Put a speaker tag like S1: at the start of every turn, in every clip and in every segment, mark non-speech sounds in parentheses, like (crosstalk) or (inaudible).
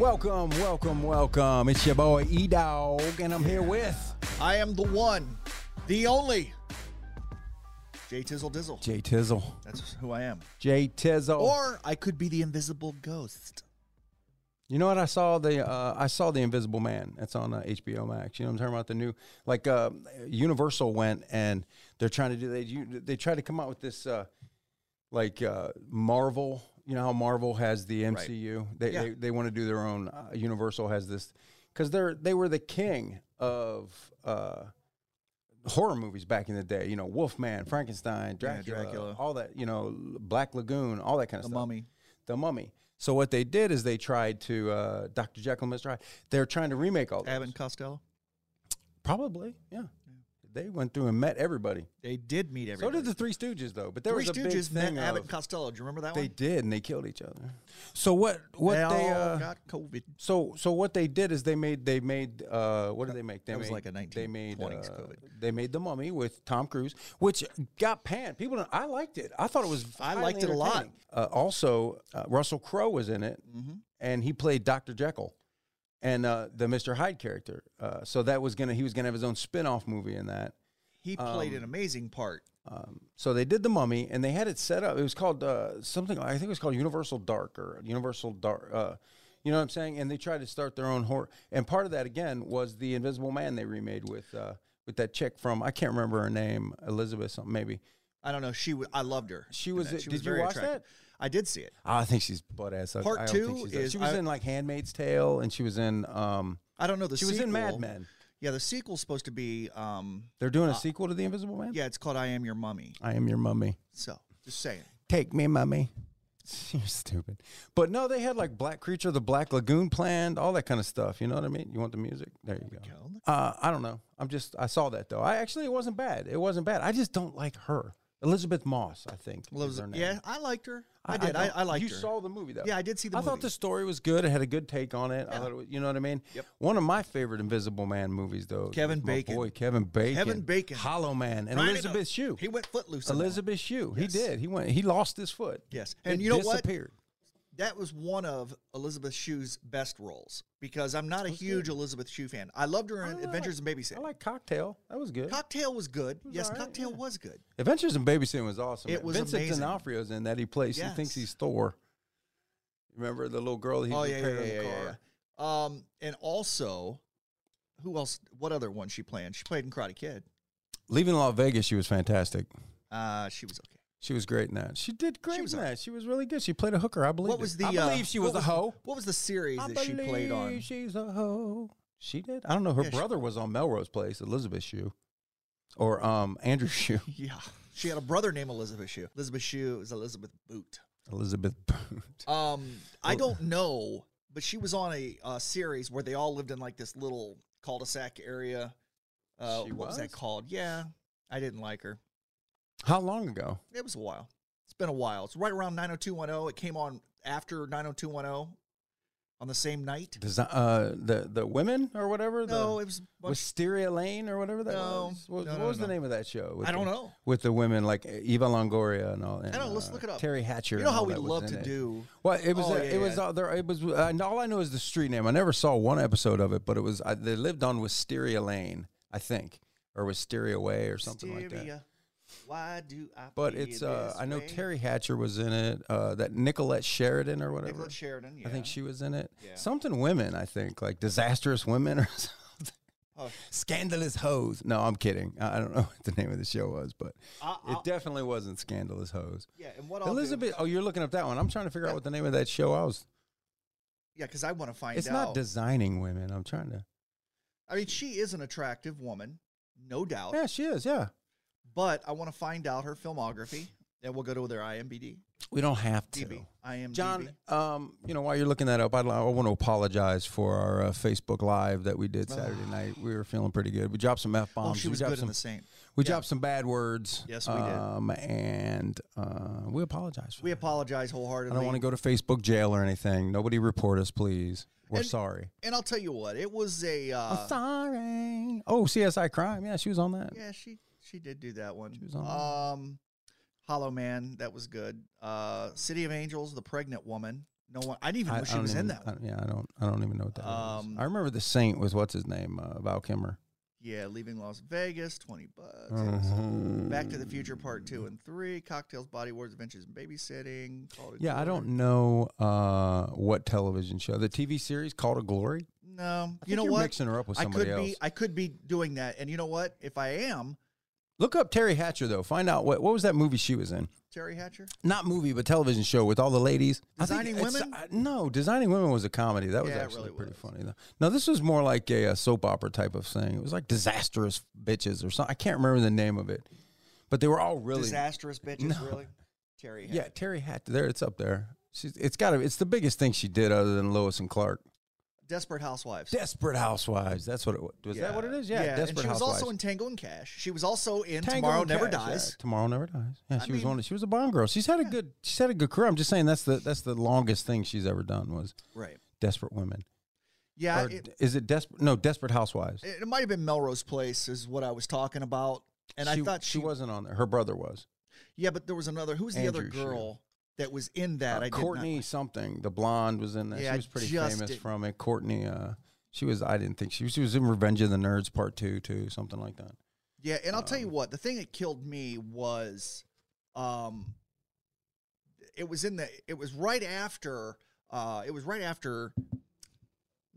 S1: Welcome, welcome, welcome. It's your boy E Dog, and I'm here with
S2: I am the one, the only. Jay Tizzle Dizzle.
S1: Jay Tizzle.
S2: That's who I am.
S1: Jay Tizzle.
S2: Or I could be the invisible ghost.
S1: you know what? I saw the uh, I saw the Invisible Man. That's on uh, HBO Max. You know what I'm talking about? The new like uh, Universal went and they're trying to do they you, they try to come out with this uh, like uh, Marvel. You know how Marvel has the MCU. They,
S2: Yeah.
S1: they they want to do their own. Uh, Universal has this because they're they were the king of. Uh, horror movies back in the day. You know, Wolfman, Frankenstein, Dracula,
S2: Dracula.
S1: all that. You know, Black Lagoon, all that kind of
S2: The
S1: stuff.
S2: mummy.
S1: The Mummy. So what they did is they tried to uh, Dr. Jekyll, and Mr. Hyde. They're trying to remake all
S2: Abbott
S1: that.
S2: and Costello.
S1: Probably, yeah. They went through and met everybody.
S2: They did meet
S1: So
S2: everybody.
S1: did the Three Stooges, though. But there
S2: Three
S1: was a big
S2: Stooges met
S1: thing
S2: Abbott
S1: of-
S2: and Costello. Do you remember that
S1: they
S2: one?
S1: did, and they killed each other. So what? What
S2: they,
S1: they?
S2: all
S1: uh,
S2: got COVID.
S1: so so what they did is they made they made uh, what did they make? They
S2: That was
S1: made,
S2: like a
S1: they made
S2: 1920s
S1: uh,
S2: COVID.
S1: they made the Mummy with Tom Cruise, which got panned. People, didn't- I liked it. I thought it was.
S2: I
S1: highly
S2: liked it a lot.
S1: entertaining. Uh, also, uh, Russell Crowe was in it,
S2: Mm-hmm.
S1: and he played Doctor Jekyll, and uh, the Mister Hyde character. Uh, so that was gonna he was gonna have his own spin off movie in that.
S2: He played an amazing part.
S1: Um, so they did the Mummy, and they had it set up. It was called uh, something. I think it was called Universal Dark or Universal Dark. Uh, you know what I'm saying? And they tried to start their own horror. And part of that again was the Invisible Man they remade with uh, with that chick from I can't remember her name, Elizabeth something maybe.
S2: I don't know. She was. I loved her.
S1: She
S2: in
S1: was-
S2: that.
S1: did you watch that?
S2: I did see it.
S1: Ah, I think she's butt ass. ugly.
S2: Part
S1: I don't think
S2: two
S1: she's ugly.
S2: is-
S1: she was
S2: I-
S1: in like Handmaid's Tale, and she was in um,
S2: I don't know the.
S1: she was in Mad
S2: sequel.
S1: Men.
S2: Yeah, the sequel's supposed to be. Um,
S1: They're doing a sequel to The Invisible Man.
S2: yeah, it's called I Am Your Mummy.
S1: I am your mummy.
S2: So just saying.
S1: Take me, mummy. (laughs) You're stupid. But no, they had like Black Creature, the Black Lagoon planned, all that kind of stuff. You know what I mean? You want the music? There you go.
S2: Go.
S1: Uh, I don't know. I'm just, I saw that though. I actually, it wasn't bad. It wasn't bad. I just don't like her. Elizabeth Moss, I think. is
S2: Lives-
S1: her name.
S2: yeah, I liked her. I, did. I,
S1: don't-
S2: I liked
S1: You
S2: her.
S1: saw the movie though.
S2: Yeah, I did see the
S1: I
S2: movie.
S1: thought the story was good. It had a good take on it. I thought it was, you know what I mean? Yep. One of my favorite Invisible Man movies though.
S2: Kevin
S1: is my
S2: Bacon.
S1: Boy, Kevin Bacon.
S2: Kevin Bacon.
S1: Hollow Man. And
S2: Right
S1: Elizabeth
S2: enough.
S1: Shue.
S2: He went footloose. on that one.
S1: Elizabeth Shue. He did. He went. He lost his foot.
S2: Yes.
S1: It
S2: And you know what?
S1: disappeared.
S2: That was one of Elizabeth Shue's best roles because I'm not a huge Elizabeth Shue fan. I loved her in
S1: I
S2: Adventures
S1: like-
S2: in Babysitting.
S1: I like Cocktail. That was good.
S2: Cocktail was good. yes,
S1: all right,
S2: Cocktail
S1: yeah.
S2: was good.
S1: Adventures in Babysitting was awesome.
S2: It was
S1: Vincent
S2: amazing.
S1: D'Onofrio's in that. He plays. He thinks
S2: Yes.
S1: he's Thor. Remember the little girl he
S2: oh yeah, yeah,
S1: repaired
S2: yeah,
S1: in the
S2: yeah,
S1: car.
S2: yeah. Um, and also, who else? What other one she played? in? She played in Karate Kid.
S1: Leaving Las Vegas, she was fantastic.
S2: Uh, she was okay.
S1: She was great in that. She did great
S2: was
S1: in
S2: all
S1: that. She was really good. She played a hooker. I believe.
S2: What was the?
S1: I
S2: uh,
S1: believe she was
S2: what
S1: a hoe.
S2: What was the series
S1: I
S2: that she played on?
S1: believe She's a hoe. She did. I don't know. Her
S2: Yeah, she-
S1: brother was on Melrose Place. Elizabeth Shue, or um Andrew (laughs) Shue.
S2: (laughs) Yeah, she had a brother named Elizabeth Shue. Elizabeth Shue is Elizabeth Boot.
S1: Elizabeth. Booth.
S2: Um, I
S1: Well-
S2: don't know, but she was on a, uh series where they all lived in like this little cul-de-sac area. Uh,
S1: She
S2: what was?
S1: was?
S2: that called? Yeah, I didn't like her.
S1: (laughs) How long ago?
S2: It was a while. It's been a while. It's right around 90210. It came on after 90210 on the same night.
S1: Desi- uh, the the women or whatever. The,
S2: No, it was. Much,
S1: Wisteria Lane or whatever that
S2: No.
S1: was. What,
S2: No,
S1: what
S2: no,
S1: was the
S2: no.
S1: name of that show? with
S2: I don't
S1: the-
S2: know.
S1: With the women like E, Eva Longoria and all. And, uh,
S2: know, let's look it up.
S1: Terry Hatcher.
S2: You know
S1: and
S2: how
S1: all
S2: we
S1: that was
S2: love
S1: in
S2: to
S1: it.
S2: do.
S1: Well, it was
S2: Oh,
S1: uh,
S2: yeah,
S1: it was
S2: yeah.
S1: out there. It was uh, and all I know is the street name. I never saw one episode of it, but it was I, they lived on Wisteria Lane, I think, or Wisteria Way or something like that.
S2: Wisteria, Why do I?
S1: But
S2: feel
S1: it's uh,
S2: this
S1: I know
S2: way?
S1: Terry Hatcher was in it. Uh, that Nicolette Sheridan or whatever.
S2: Nicolette Sheridan. Yeah.
S1: I think she was in it.
S2: Yeah.
S1: Something women, I think, like disastrous women or (laughs) something.
S2: Oh.
S1: Scandalous hoes. No, I'm kidding. I I don't know (laughs) what the name of the show was, but
S2: I-
S1: it
S2: I'll-
S1: definitely wasn't scandalous hoes.
S2: yeah, and what I'll do-
S1: Elizabeth, oh, you're looking up that one. I'm trying to figure out what the name of that show was.
S2: Yeah, because I want to find
S1: It's
S2: out.
S1: not designing women. I'm trying to.
S2: I mean, she is an attractive woman, no doubt.
S1: Yeah, she is. Yeah,
S2: But I want to find out her filmography, and we'll go to their IMDb.
S1: we don't have to.
S2: DB. IMDb.
S1: John, um, you know, while you're looking that up, I'd, li- I want to apologize for our uh, Facebook Live that we did Saturday night. We were feeling pretty good. We dropped some f bombs.
S2: oh, she was
S1: we dropped
S2: good in
S1: some
S2: the same.
S1: We
S2: Yeah.
S1: dropped some bad words.
S2: Yes, we did.
S1: Um, and uh, we apologize. For
S2: We
S1: that.
S2: apologize
S1: I
S2: wholeheartedly.
S1: don't want to go to Facebook jail or anything. Nobody report us, please. We're
S2: And-
S1: sorry.
S2: And I'll tell you what, it was a. Uh,
S1: I'm sorry. Oh, CSI Crime. Yeah, she was on that.
S2: yeah, she she did do that one.
S1: was on that.
S2: um, Hollow Man, that was good. Uh, City of Angels, The Pregnant Woman. No one. I didn't even
S1: I,
S2: wish
S1: I
S2: he
S1: don't
S2: was in
S1: even-
S2: that
S1: I
S2: one.
S1: don't- yeah, I don't. I don't even know what that
S2: Um,
S1: is. I remember the Saint was what's his name, uh, Val Kimmer.
S2: Yeah, leaving Las Vegas, twenty bucks.
S1: Uh-huh.
S2: Back
S1: Back
S2: to the Future Part Two and Three, Cocktails, Body Wars, Adventures, and Babysitting. Call to
S1: Yeah, I
S2: Glory.
S1: don't know uh, what television show. The TV series Call to Glory.
S2: No,
S1: I
S2: you
S1: think
S2: know
S1: you're
S2: what?
S1: Mixing her up with
S2: I could
S1: somebody else.
S2: be. I could be doing that, and you know what? If I am
S1: Look up Terry Hatcher though. Find out what what was that movie she was in.
S2: Terry Hatcher,
S1: Not movie, but television show with all the ladies. I think
S2: Designing
S1: it's-
S2: Women?
S1: I- no, Designing Women was a comedy. That was
S2: Yeah, it
S1: actually
S2: really
S1: pretty
S2: was.
S1: funny though. No, this was more like a, uh soap opera type of thing. It was like disastrous bitches or something. I can't remember the name of it, but they were all really
S2: disastrous bitches,
S1: No.
S2: really. Terry. Hatcher.
S1: Yeah, Terry Hatcher. There, it's up there. She's, it's got to. It's the biggest thing she did, other than Lois and Clark.
S2: Desperate Housewives.
S1: Desperate Housewives. That's what it was. Is that what it is? Yeah. Desperate
S2: and she was
S1: Housewives.
S2: also in Tango and Cash. She was also in
S1: Tango
S2: Tomorrow
S1: and
S2: Never
S1: Cash, yeah.
S2: Dies.
S1: Tomorrow never dies. Yeah,
S2: I
S1: she was
S2: mean-
S1: one. She was a Bond girl. She's had a
S2: Yeah.
S1: good. She's had a good career. I'm just saying that's the that's the longest thing she's ever done was
S2: Right.
S1: Desperate Women.
S2: Yeah.
S1: Or
S2: It,
S1: is it Desperate? No, Desperate Housewives.
S2: it it might have been Melrose Place is what I was talking about, and I thought she, was.
S1: wasn't on there. Her brother was
S2: Yeah, but there was another. Who was the other
S1: Andrew Shear.
S2: girl that was in that?
S1: Uh,
S2: I did not-
S1: Courtney something. The blonde was in that.
S2: Yeah, I
S1: she was pretty
S2: just
S1: famous
S2: didn't-
S1: from it. Courtney. Uh, she was. I didn't think she was. She was in Revenge of the Nerds Part Two too. Something like that.
S2: Yeah, and I'll tell you
S1: Um,
S2: what. The thing that killed me was, um, it was in the. It was right after. Uh, it was right after.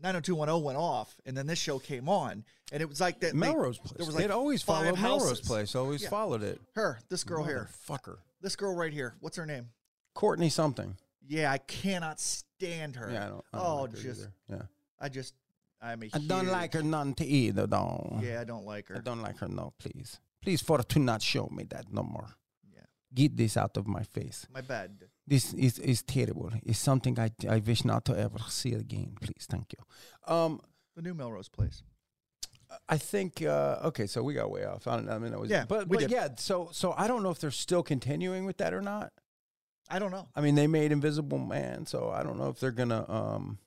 S2: 90210 went off, and then this show came on, and it was like that. they-
S1: Melrose Place.
S2: there was like
S1: it always
S2: five
S1: followed Melrose
S2: houses.
S1: Place. Always
S2: Yeah.
S1: followed it.
S2: her, this girl here,
S1: Fucker.
S2: this girl right here. What's her name?
S1: Courtney something.
S2: Yeah, I cannot stand her.
S1: Yeah, I don't. I don't
S2: oh,
S1: like her
S2: just
S1: either. yeah.
S2: I just I'm a.
S1: I don't
S2: huge-
S1: like her none to either, though.
S2: Yeah, I don't like her.
S1: I don't like her, no, please. Please, for to not show me that no more.
S2: Yeah.
S1: Get this out of my face.
S2: My bad.
S1: This is, is terrible. It's something I, I wish not to ever see again. Please, thank you. Um,
S2: The new Melrose Place.
S1: I think uh, okay, so we got way off. I don't I mean, I was,
S2: Yeah,
S1: but,
S2: we
S1: but
S2: did.
S1: yeah, so so I don't know if they're still continuing with that or not.
S2: I don't know.
S1: I mean, they made Invisible Man, so I don't know if they're gonna, um,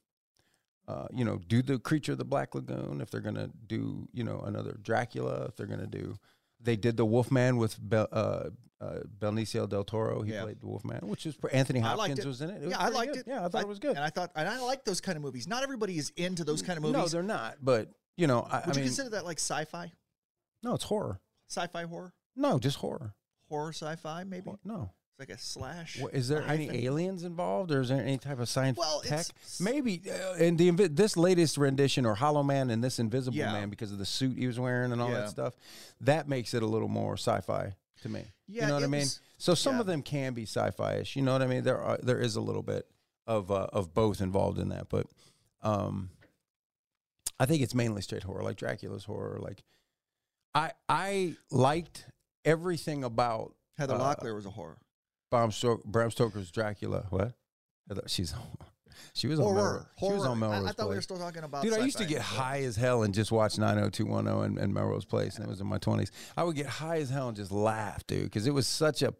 S1: uh, you know, do the Creature of the Black Lagoon. If they're gonna do, you know, another Dracula. If they're gonna do, they did the Wolfman with Bel, uh, uh, Benicio del Toro. He
S2: Yeah.
S1: played the Wolfman, which is pr- Anthony
S2: I liked
S1: Hopkins
S2: it.
S1: was in it. it was
S2: Yeah, I
S1: pretty
S2: liked
S1: good.
S2: it.
S1: Yeah, I thought it was good.
S2: And I thought, and I like those kind of movies. Not everybody is into those kind of
S1: No,
S2: movies.
S1: they're not. But you know, I, I
S2: Would you
S1: mean,
S2: consider that like sci-fi,
S1: no, it's horror.
S2: sci-fi horror,
S1: No, just horror.
S2: horror sci-fi? Maybe
S1: Hor- No,
S2: it's like a slash.
S1: Wha- is there
S2: a
S1: any
S2: hyphen.
S1: aliens involved, or is there any type of science
S2: Well,
S1: tech?
S2: it's-
S1: Maybe. Uh, and the invi- this latest rendition, or Hollow Man and this Invisible
S2: Yeah.
S1: Man, because of the suit he was wearing and all
S2: Yeah.
S1: that stuff, that makes it a little more sci-fi to me.
S2: Yeah,
S1: you know what
S2: it
S1: I mean.
S2: was-
S1: so some
S2: yeah.
S1: of them can be sci-fi-ish. You know what I mean? There are there is a little bit of uh, of both involved in that, but um, I think it's mainly straight horror, like Dracula's horror. Like I I liked everything about
S2: Heather
S1: uh,
S2: Locklear was a horror.
S1: Bram, Sto- Bram Stoker's Dracula. What? I thought She's (laughs) she was on
S2: Horror.
S1: Melrose.
S2: horror.
S1: She was on Melrose
S2: I, I thought we were
S1: Place.
S2: still talking about.
S1: Dude, I used to
S2: sci-fi.
S1: get high as hell and just watch 90210 and, and Melrose Place, and it was in my 20s. I would get high as hell and just laugh, dude, because it was such a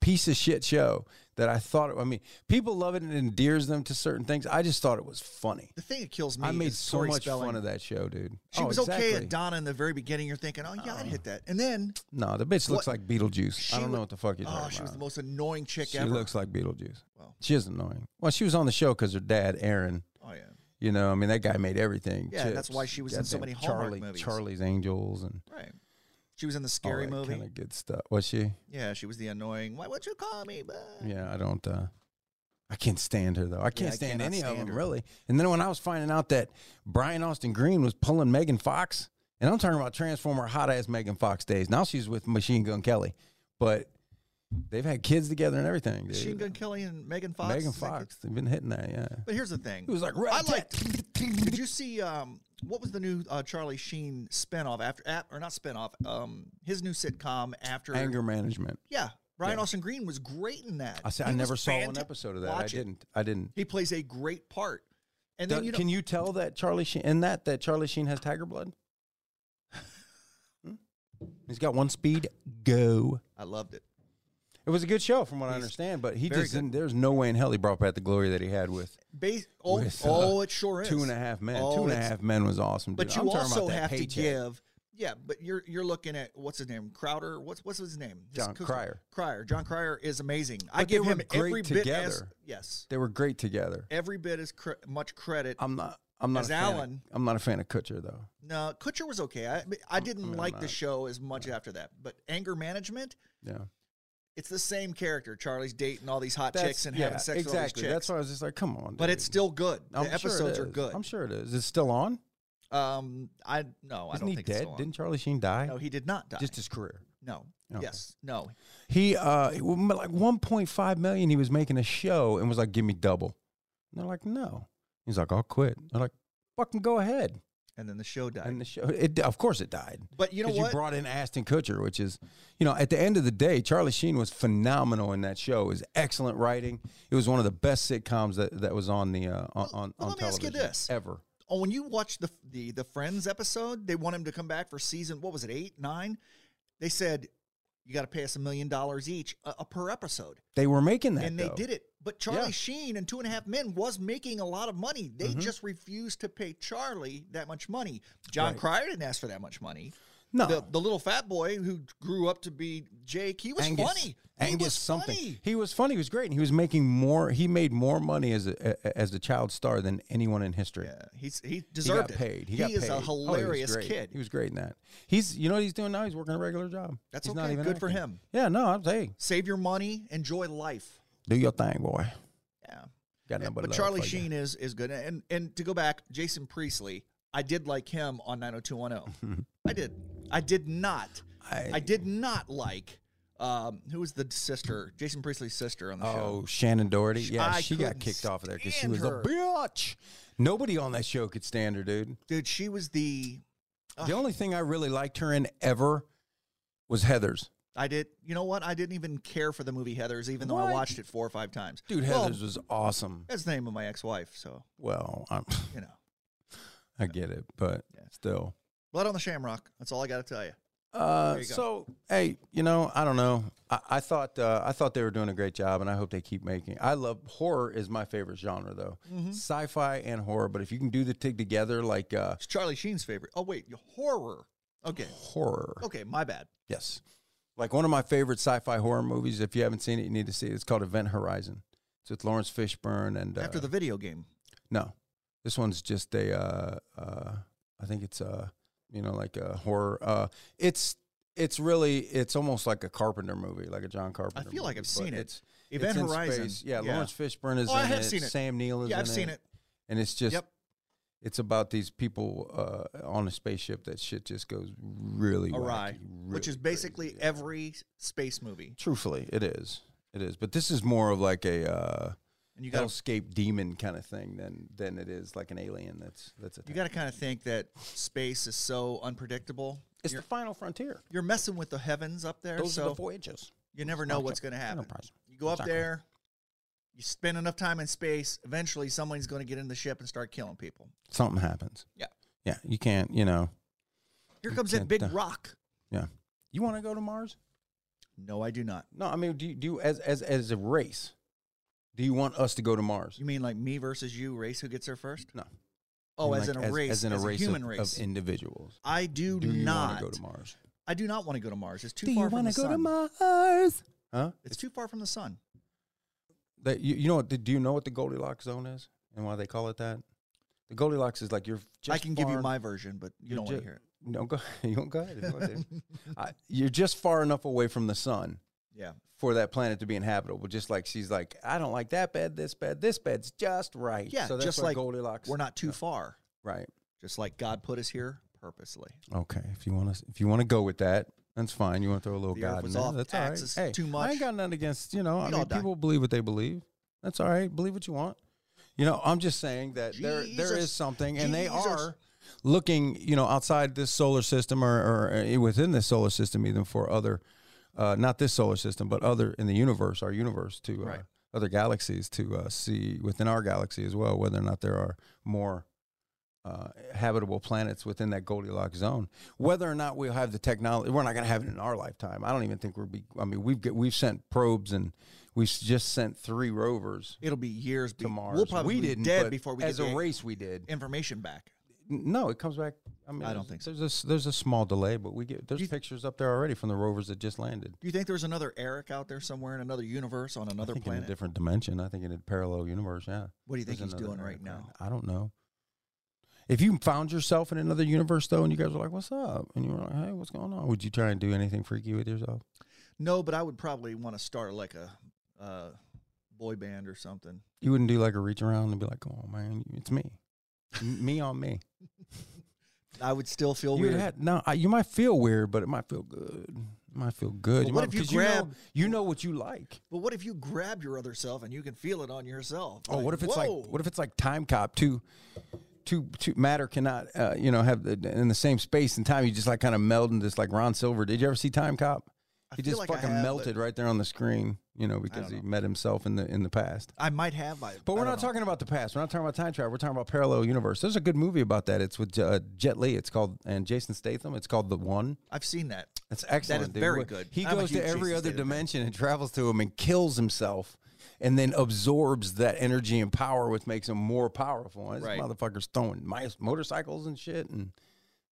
S1: piece of shit show that I thought. It, I mean, people love it and it endears them to certain things. I just thought it was funny.
S2: The thing that kills me.
S1: I made
S2: is
S1: so
S2: Tori
S1: much
S2: Spelling.
S1: fun of that show, dude.
S2: She
S1: Oh,
S2: was okay
S1: exactly.
S2: at Donna in the very beginning. You're thinking, oh yeah, I'd hit that, and then
S1: No, the bitch looks like Beetlejuice.
S2: she
S1: I don't
S2: wa-
S1: know what the fuck you're talking
S2: oh,
S1: about.
S2: she was the most annoying chick
S1: She
S2: ever.
S1: looks like Beetlejuice.
S2: Wow.
S1: She is annoying. Well, she was on the show because her dad, Aaron.
S2: oh yeah,
S1: You know, I mean, that guy made everything.
S2: Yeah, that's why she was in so
S1: goddamn
S2: many Hallmark
S1: Charlie,
S2: movies.
S1: Charlie's Angels and
S2: right. She was in the
S1: all
S2: scary
S1: that
S2: movie.
S1: kind of good stuff. Was she?
S2: Yeah, she was the annoying. Why would you call me? But
S1: Yeah, I don't. uh I can't stand her though. I can't
S2: I
S1: stand
S2: cannot
S1: any of
S2: stand
S1: them
S2: her.
S1: really. And then when I was finding out that Brian Austin Green was pulling Megan Fox, and I'm talking about Transformer hot ass Megan Fox days. Now she's with Machine Gun Kelly, but they've had kids together and everything. Dude.
S2: Machine Gun Kelly and Megan Fox.
S1: Megan
S2: is that good?
S1: Fox. They've been hitting that. Yeah.
S2: But here's the thing.
S1: It was like
S2: I liked. Did you see um, what was the new uh, Charlie Sheen spinoff after ap- or not spinoff? Um, his new sitcom after
S1: anger management.
S2: Yeah, Brian Austin Green was great in that.
S1: I said
S2: He
S1: I
S2: was
S1: never saw one
S2: fanta-
S1: episode of that. I
S2: Watch it.
S1: didn't. I didn't.
S2: He plays a great part. And
S1: Do-
S2: then you know,
S1: can you tell that Charlie Sheen in that that Charlie Sheen has tiger
S2: (laughs)
S1: blood? Hmm? He's got one speed. Go.
S2: I loved it.
S1: It was a good show from what I
S2: He's
S1: understand, but he
S2: very
S1: just
S2: good.
S1: didn't, there's no way in hell he brought back the glory that he had with
S2: Base, oh,
S1: With, uh,
S2: oh, it sure is.
S1: Two and a Half Men.
S2: Oh,
S1: Two and a
S2: it's-
S1: Half Men was awesome.
S2: But
S1: dude.
S2: you
S1: I'm talking
S2: also
S1: about that
S2: have
S1: paycheck.
S2: to give yeah, but you're you're looking at what's his name, Crowder. What's what's his name? His
S1: John
S2: cook-
S1: Cryer.
S2: Cryer. John Cryer is amazing. I
S1: But they
S2: give
S1: were
S2: him
S1: great
S2: every bit as
S1: together.
S2: yes,
S1: They were great together.
S2: every bit as cre- much credit.
S1: I'm not. I'm not.
S2: As
S1: a fan of-
S2: Alan-
S1: I'm not a fan of Kutcher though.
S2: no, Kutcher was okay. I I didn't
S1: mean, I'm
S2: like the
S1: not-
S2: show as much after that. But anger management,
S1: Yeah.
S2: it's the same character. Charlie's dating all these hot chicks and
S1: yeah,
S2: having sex
S1: exactly.
S2: with all these chicks.
S1: That's why I was just like, come on.
S2: but it's
S1: dude.
S2: still good. The
S1: I'm sure it
S2: episodes are
S1: is.
S2: good.
S1: I'm sure it is. Is it still on?
S2: Um, I no, I
S1: Isn't
S2: don't
S1: he
S2: think
S1: dead?
S2: it's still on.
S1: Didn't Charlie Sheen die?
S2: No, he did not die.
S1: Just his career.
S2: no.
S1: Okay.
S2: Yes. No.
S1: He uh it was like 1.5 million. He was making a show and was like, give me double. And they're like, no. He's like, I'll quit. They're like, fucking go ahead.
S2: And then the show died.
S1: And the show, it of course it died.
S2: but you know
S1: 'Cause
S2: what?
S1: brought in Ashton Kutcher, which is, you know, at the end of the day, Charlie Sheen was phenomenal in that show. It was excellent writing. It was one of the best sitcoms that, that was on the uh, on,
S2: Well,
S1: on, on
S2: well, let me ask you
S1: television
S2: this.
S1: ever.
S2: oh, when you watch the the the Friends episode, they want him to come back for season what was it eight nine? They said you got to pay us a million dollars each uh, uh, per episode,
S1: They were making that,
S2: and they
S1: though.
S2: did it. But Charlie
S1: Yeah.
S2: Sheen and Two and a Half Men was making a lot of money. They
S1: Mhm.
S2: just refused to pay Charlie that much money. John
S1: Right.
S2: Cryer didn't ask for that much money.
S1: No,
S2: The, the little fat boy who grew up to be Jake, he was
S1: Angus,
S2: funny. he
S1: Angus
S2: was
S1: something.
S2: funny.
S1: He was funny. He was great, and he was making more. He made more money as a, a- as a child star than anyone in history.
S2: Yeah, he's he
S1: He got
S2: deserved it.
S1: paid. He,
S2: He,
S1: got
S2: is
S1: paid. Oh,
S2: a
S1: he was
S2: hilarious
S1: great.
S2: kid.
S1: He was great in that. He's you know what he's doing now. He's working a regular job.
S2: That's
S1: He's
S2: okay.
S1: not even
S2: Good for
S1: acting.
S2: him.
S1: Yeah. No, I'm hey,
S2: Save your money. Enjoy life.
S1: do your thing, boy.
S2: Yeah.
S1: Got
S2: Yeah,
S1: nothing
S2: but
S1: love
S2: Charlie
S1: for you.
S2: Sheen is is good. And and to go back, Jason Priestley, I did like him on
S1: (laughs)
S2: 90210. I did. I did not.
S1: I-
S2: I did not like um who was the sister? Jason Priestley's sister on the show.
S1: Oh, Shannon Doherty. Yeah,
S2: I
S1: she got
S2: couldn't
S1: kicked off of there because she
S2: stand
S1: was
S2: her.
S1: a bitch. Nobody on that show could stand her, dude.
S2: Dude, she was the
S1: The only thing I really liked her in ever was Heather's.
S2: I did. You know what? I didn't even care for the movie Heather's, even though I
S1: What?
S2: watched it four or five times.
S1: Dude,
S2: Well,
S1: Heather's was awesome.
S2: that's the name of my ex-wife. So
S1: Well, I'm, (laughs)
S2: you know,
S1: I get it, but
S2: Yeah.
S1: still.
S2: blood on the shamrock. That's all I got to tell you.
S1: Uh,
S2: There you go.
S1: so hey, you know, I don't know. I, I thought uh, I thought they were doing a great job, and I hope they keep making. I love horror is my favorite genre though,
S2: Hmm. Mm-hmm.
S1: sci-fi and horror. But if you can do the two together, like uh,
S2: It's Charlie Sheen's favorite. Oh wait, horror. Okay,
S1: horror,
S2: okay, my bad.
S1: Yes. Like one of my favorite sci-fi horror movies. If you haven't seen it, you need to see it. It's called Event Horizon. It's with Lawrence Fishburne and uh,
S2: After the video game.
S1: no, this one's just a. Uh, uh, I think it's a you know like a horror. Uh, it's it's really it's almost like a Carpenter movie, like a John
S2: I
S1: Carpenter.
S2: feel like
S1: movie,
S2: I've
S1: but
S2: seen it.
S1: It's,
S2: Event
S1: it's in
S2: Horizon.
S1: space. Yeah, Lawrence Fishburne is.
S2: Oh, I
S1: in
S2: have seen it.
S1: Sam Neill is.
S2: Yeah, I've
S1: in
S2: seen it.
S1: And it's just
S2: Yep.
S1: it's about these people uh, on a spaceship that shit just goes really
S2: Awry,
S1: wacky,
S2: which
S1: really
S2: is basically
S1: crazy.
S2: every space movie.
S1: Truthfully, it is. It is. But this is more of like a uh,
S2: And you got
S1: hellscape demon kind of thing than than it is like an alien. That's that's a
S2: you got to kind of think that space is so unpredictable.
S1: it's
S2: You're,
S1: the final frontier.
S2: you're messing with the heavens up there,
S1: Those are the
S2: so
S1: voyages.
S2: you never know
S1: Rocket
S2: what's going to happen.
S1: Enterprise.
S2: You go up
S1: Exactly.
S2: there, you spend enough time in space, eventually someone's going to get in the ship and start killing people.
S1: Something happens.
S2: Yeah.
S1: Yeah. You can't. You know.
S2: Here
S1: You
S2: comes that
S1: can't,
S2: big
S1: uh,
S2: rock.
S1: Yeah. You want to go to Mars?
S2: No, I do not.
S1: No. I mean, do you, do you, as as as a race? Do you want us to go to Mars?
S2: You mean like me versus you, race who gets there first?
S1: No.
S2: Oh,
S1: I mean,
S2: as
S1: like,
S2: in a race, as, a
S1: of-
S2: human
S1: of,
S2: race.
S1: individuals.
S2: I do,
S1: Do you want
S2: not.
S1: to go to Mars?
S2: I do not want to go to Mars. It's too
S1: do
S2: far
S1: you
S2: from
S1: wanna
S2: the
S1: go
S2: sun.
S1: to Mars? Huh?
S2: It's, too far from the sun.
S1: that you, you know what do you know what the goldilocks zone is and why they call it that the goldilocks is like you're just
S2: I can give you
S1: far-
S2: my version, but you
S1: you're
S2: don't want to
S1: ju-
S2: hear it.
S1: no go (laughs) you don't go ahead if you want to. I, you're just far enough away from the sun
S2: Yeah.
S1: for that planet to be inhabitable just like she's like i don't like that bed this bed this bed's just right
S2: Yeah,
S1: so that's
S2: just
S1: what
S2: like
S1: goldilocks
S2: We're not too far.
S1: right
S2: Just like God put us here purposely.
S1: okay if you want to if you want to go with that that's fine you want to throw a little
S2: The
S1: god
S2: earth was
S1: in there
S2: off
S1: that's all right
S2: axis
S1: hey
S2: too
S1: i
S2: much.
S1: ain't got nothing against you know i
S2: We'd all
S1: mean
S2: die.
S1: people believe what they believe that's all right believe what you want you know i'm just saying that there there
S2: Jesus.
S1: is something and they
S2: Jesus.
S1: are looking, you know, outside this solar system or, or uh, within this solar system, even for other, uh, not this solar system, but other in the universe, our universe, to uh,
S2: Right.
S1: other galaxies, to uh, see within our galaxy as well whether or not there are more uh, habitable planets within that Goldilocks zone. Whether or not we'll have the technology, we're not going to have it in our lifetime. I don't even think we'll be. I mean, we've get, we've sent probes and we've s- just sent three rovers.
S2: It'll be years
S1: To
S2: be-
S1: Mars,
S2: We'll probably
S1: we
S2: be
S1: didn't.
S2: dead
S1: but
S2: before we
S1: as
S2: get
S1: a
S2: the
S1: race, we did
S2: information back.
S1: No, it comes back. I mean,
S2: I don't
S1: there's-
S2: think
S1: there's a s- there's a small delay, but we get there's
S2: You-
S1: pictures up there already from the rovers that just landed.
S2: Do you think there's another Eric out there somewhere in another universe on
S1: I
S2: another
S1: think in a
S2: planet?
S1: different dimension. I think in a parallel universe. Yeah.
S2: What do you think
S1: There's
S2: he's
S1: another
S2: doing right
S1: Eric Ryan.
S2: now?
S1: I don't know. If you found yourself in another universe though, and you guys were like, "What's up?" and you were like, "Hey, what's going on?" Would you try and do anything freaky with yourself?
S2: No, but I would probably want to start like a uh, boy band or something.
S1: You wouldn't do like a reach around and be like, "Come on, man, it's me, M- me on me."
S2: I would still feel
S1: You
S2: weird.
S1: had- no, I, you might feel weird, but it might feel good. It might feel good.
S2: But what
S1: might-
S2: if you
S1: 'cause know,
S2: grab-
S1: you know what you like.
S2: but what if you grab your other self and you can feel it on yourself?
S1: Oh, what if it's
S2: whoa.
S1: like what if it's like time cop two, two, two matter cannot uh, you know have the, in the same space and time you just like kind of meld and just like Ron Silver. Did you ever see Time Cop?
S2: I
S1: He
S2: feel
S1: just
S2: like I
S1: fucking
S2: have, but
S1: melted right there on the screen, you know, because
S2: don't
S1: he
S2: know.
S1: met himself in the in the past.
S2: I might have. I,
S1: But
S2: I
S1: we're
S2: don't
S1: not
S2: know.
S1: talking about the past. We're not talking about time travel. We're talking about parallel universe. There's a good movie about that. It's with uh, Jet Li. It's called and Jason Statham. It's called The One.
S2: I've seen that.
S1: That's excellent. dude.
S2: very
S1: Where
S2: good.
S1: He
S2: I'm a
S1: goes to
S2: huge
S1: every
S2: Jason
S1: other
S2: Statham fan.
S1: dimension and travels to him and kills himself, and then absorbs that energy and power, which makes him more powerful. And this
S2: Right.
S1: motherfucker's throwing mi- motorcycles and shit. And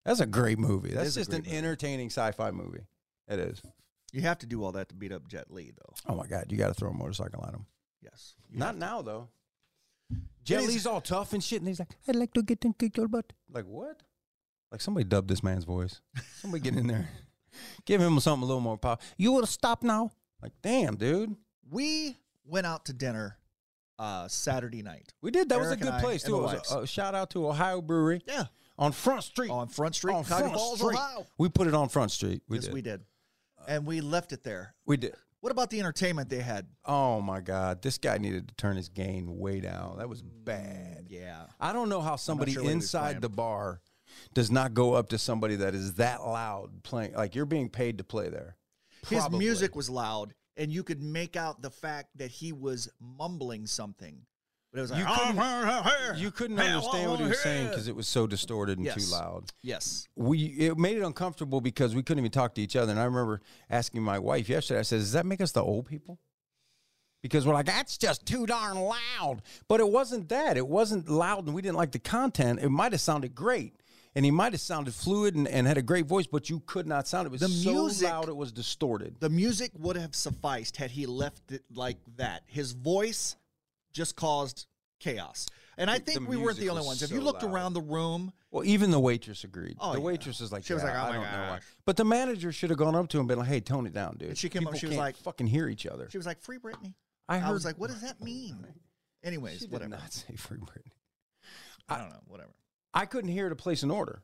S1: that's a great movie. That's
S2: is a
S1: just
S2: great
S1: an entertaining sci-fi movie. It is.
S2: You have to do all that to beat up Jet Li, though.
S1: Oh my god, you got to throw a motorcycle at him.
S2: Yes. You
S1: Not
S2: have-
S1: now though. Jet
S2: is-
S1: Li's all tough and shit, and he's like, "I'd like to get them kick your butt." Like what? Like somebody dubbed this man's voice. Somebody get in there, (laughs) give him something a little more power. You would have stopped now. Like damn, dude,
S2: we went out to dinner uh, Saturday night.
S1: we did. That was
S2: Eric
S1: a good
S2: and I
S1: place
S2: and
S1: too. It
S2: the
S1: was
S2: wives.
S1: a, a shout out to Ohio Brewery
S2: Yeah.
S1: on Front Street.
S2: On Front Street,
S1: On
S2: Niagara
S1: Front
S2: Falls,
S1: Street.
S2: Ohio.
S1: we put it on Front Street. We
S2: yes,
S1: did.
S2: we
S1: We,
S2: did. And we left it there.
S1: did.
S2: What about the entertainment they had?
S1: Oh my god, this guy needed to turn his gain way down. That was bad.
S2: Yeah.
S1: I don't know how somebody
S2: sure what he was
S1: inside
S2: playing.
S1: the bar does not go up to somebody that is that loud playing. Like you're being paid to play there. Probably.
S2: His music was loud, and you could make out the fact that he was mumbling something. But it was like, "Ah,
S1: You couldn't, you couldn't
S2: Hey, I
S1: understand what
S2: wanna
S1: he was
S2: hear
S1: saying
S2: it.
S1: because it was so distorted and too
S2: Yes.
S1: loud.
S2: yes.
S1: We it made it uncomfortable because we couldn't even talk to each other. And I remember asking my wife yesterday. I said, "Does that make us the old people?" Because we're like, "That's just too darn loud." But it wasn't that. It wasn't loud, and we didn't like the content. It might have sounded great. And he might have sounded fluid and, and had a great voice, but you could not sound it. It was
S2: The
S1: so
S2: music-
S1: loud it was distorted.
S2: The music would have sufficed had he left it like that. His voice just caused chaos. And I
S1: The- the
S2: think we weren't
S1: music
S2: the only
S1: was
S2: ones. If
S1: so
S2: you looked
S1: loud.
S2: around the room,
S1: Well, even the waitress agreed.
S2: Oh,
S1: the
S2: yeah.
S1: waitress is like,
S2: She was
S1: "Yeah,
S2: like, "Oh
S1: I
S2: my
S1: don't know why."
S2: gosh.
S1: But the manager should have gone up to him and been like, hey, tone it down, dude.
S2: And she came up,
S1: People
S2: she was
S1: can't
S2: like-
S1: fucking hear each other.
S2: she was like, "Free Britney."
S1: I,
S2: I,
S1: heard,
S2: was like, "What does
S1: (laughs)
S2: that mean?" Anyways,
S1: she did
S2: whatever.
S1: not say free Britney.
S2: I don't know. Whatever.
S1: I couldn't hear to place an order.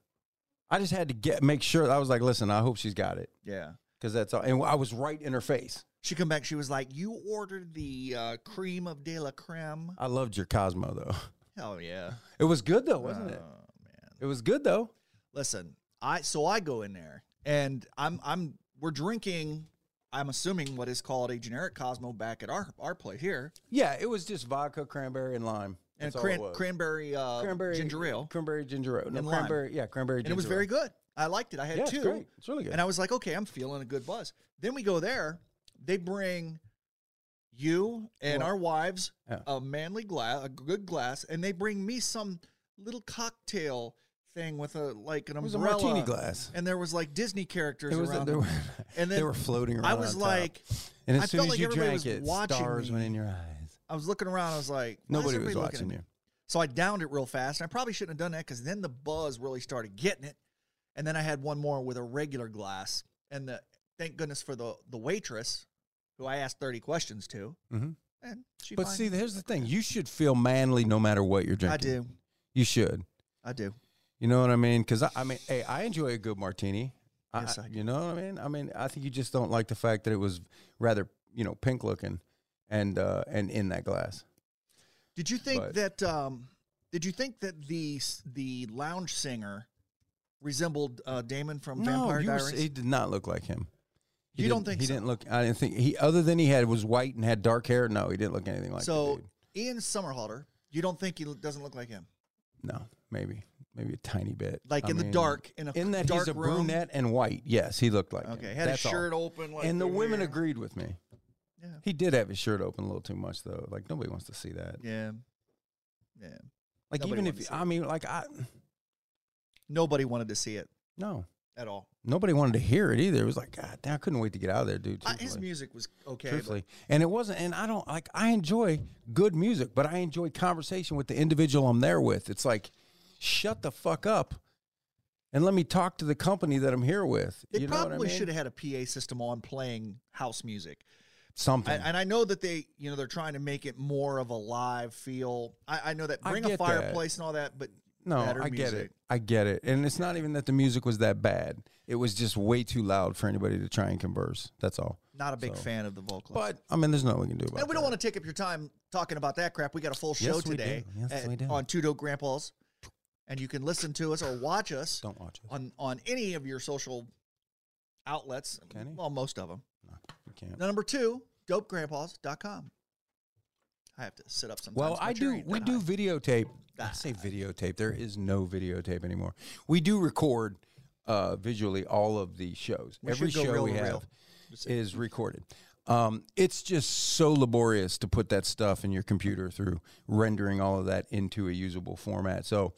S1: I just had to get make sure. I was like, listen, I hope she's got it.
S2: Yeah.
S1: Because that's all. And I was right in her face.
S2: She come back. She was like, "You ordered the uh, cream of de la creme."
S1: I loved your Cosmo, though. (laughs)
S2: Hell yeah,
S1: It was good, though, wasn't it?
S2: Oh man,
S1: It was good, though.
S2: listen. I so I go in there and I'm I'm we're drinking. I'm assuming what is called a generic Cosmo back at our our place here,
S1: Yeah, it was just vodka, cranberry, and lime.
S2: and
S1: That's all
S2: cran-
S1: it was.
S2: cranberry uh,
S1: cranberry
S2: ginger ale,
S1: Cranberry ginger ale. No,
S2: And lime.
S1: cranberry. Yeah, cranberry
S2: and
S1: ginger
S2: it was very
S1: ale.
S2: good. I liked it. I had
S1: Yeah,
S2: two.
S1: it's great. It's really good.
S2: And I was like, okay, I'm feeling a good buzz. Then we go there. They bring you and
S1: Well-
S2: our wives
S1: Yeah.
S2: a manly glass, a good glass, and they bring me some little cocktail thing with a like an
S1: It was a
S2: umbrella.
S1: martini glass.
S2: And there was like Disney characters
S1: It was
S2: around.
S1: they, were,
S2: them. and
S1: they
S2: then
S1: were floating around.
S2: I was
S1: on top.
S2: like,
S1: and as
S2: I
S1: soon
S2: felt
S1: as
S2: like
S1: you
S2: everybody
S1: drank
S2: was
S1: it,
S2: watching
S1: stars
S2: me.
S1: went in your eyes.
S2: I was looking around. I was like, why is
S1: Nobody was
S2: everybody looking at
S1: watching
S2: me?
S1: you.
S2: So I downed it real fast, and I probably shouldn't have done that because then the buzz really started getting it. And then I had one more with a regular glass, and the thank goodness for the the waitress, who I asked thirty questions to,
S1: Mhm.
S2: and she.
S1: But
S2: fine.
S1: see, here's the thing: you should feel manly no matter what you're drinking.
S2: I do,
S1: You should.
S2: I do.
S1: You know what I mean? Because I, I mean, hey, I enjoy a good martini. I-
S2: Yes,
S1: I,
S2: I do.
S1: you know what I mean? I mean, I think you just don't like the fact that it was rather, you know, pink looking, and uh, and in that glass.
S2: Did you think
S1: But-
S2: that? Um, did you think that the s- the lounge singer resembled uh, Damon from
S1: no,
S2: Vampire
S1: you were s-
S2: Diaries?
S1: he did not look like him. He
S2: You don't
S1: didn't-
S2: think
S1: he
S2: so?
S1: didn't look? I didn't think he other than he had was white and had dark hair. No, he didn't look anything like. the
S2: so
S1: dude.
S2: Ian Somerhalder, you don't think he lo- doesn't look like him?
S1: No, maybe, maybe a tiny bit.
S2: Like
S1: I
S2: in
S1: mean,
S2: the dark, in a
S1: In that
S2: dark
S1: he's a
S2: room?
S1: brunette and white. Yes, he looked like. him.
S2: Okay, had
S1: That's
S2: his
S1: all.
S2: shirt open. Like
S1: and the
S2: through
S1: women
S2: here.
S1: agreed with me.
S2: Yeah.
S1: He did have his shirt open a little too much though. Like nobody wants to see that.
S2: Yeah. Yeah.
S1: Like
S2: Nobody
S1: even
S2: wanted
S1: if
S2: to see
S1: I mean, like I,
S2: Nobody wanted to see it
S1: No,
S2: at all.
S1: nobody wanted to hear it either. It was like, God, damn, I couldn't wait to get out of there, dude.
S2: I, Uh, his
S1: truthfully.
S2: music was okay. but-
S1: truthfully. And it wasn't, and I don't like, I enjoy good music, but I enjoy conversation with the individual I'm there with. It's like, shut the fuck up and let me talk to the company that I'm here with.
S2: They
S1: you know
S2: probably
S1: what I mean?
S2: should have had a PA system on playing house music. I,
S1: Something.
S2: and I know that they, you know, they're trying to make it more of a live feel. I, I know that
S1: I
S2: bring a
S1: get that.
S2: fireplace and all that, but
S1: no,
S2: better
S1: I get
S2: music.
S1: it. I get it. And it's not even that the music was that bad. It was just way too loud for anybody to try and converse. That's all.
S2: not a big
S1: So-
S2: fan of the vocalist.
S1: But I mean, there's nothing we can do about it.
S2: and we don't want to take up your time talking about that crap. We got a full show
S1: Yes, we
S2: today
S1: do. Yes,
S2: at-
S1: we do.
S2: on Tudo Grandpa's, and you can listen to us or watch us
S1: Don't watch it.
S2: on on any of your social outlets.
S1: Can you?
S2: Well, most of them.
S1: You can't.
S2: Now, number two, dopegrandpas.com. I have to sit up sometimes.
S1: Well,
S2: My
S1: I
S2: chair
S1: do.
S2: ain't
S1: We
S2: that
S1: do
S2: high.
S1: videotape. I
S2: Ah.
S1: say videotape. There is no videotape anymore. We do record uh, visually all of the shows.
S2: We
S1: Every
S2: should go
S1: show
S2: reel
S1: we
S2: to
S1: have
S2: reel. Just say-
S1: is recorded. Um, it's just so laborious to put that stuff in your computer through rendering all of that into a usable format. So,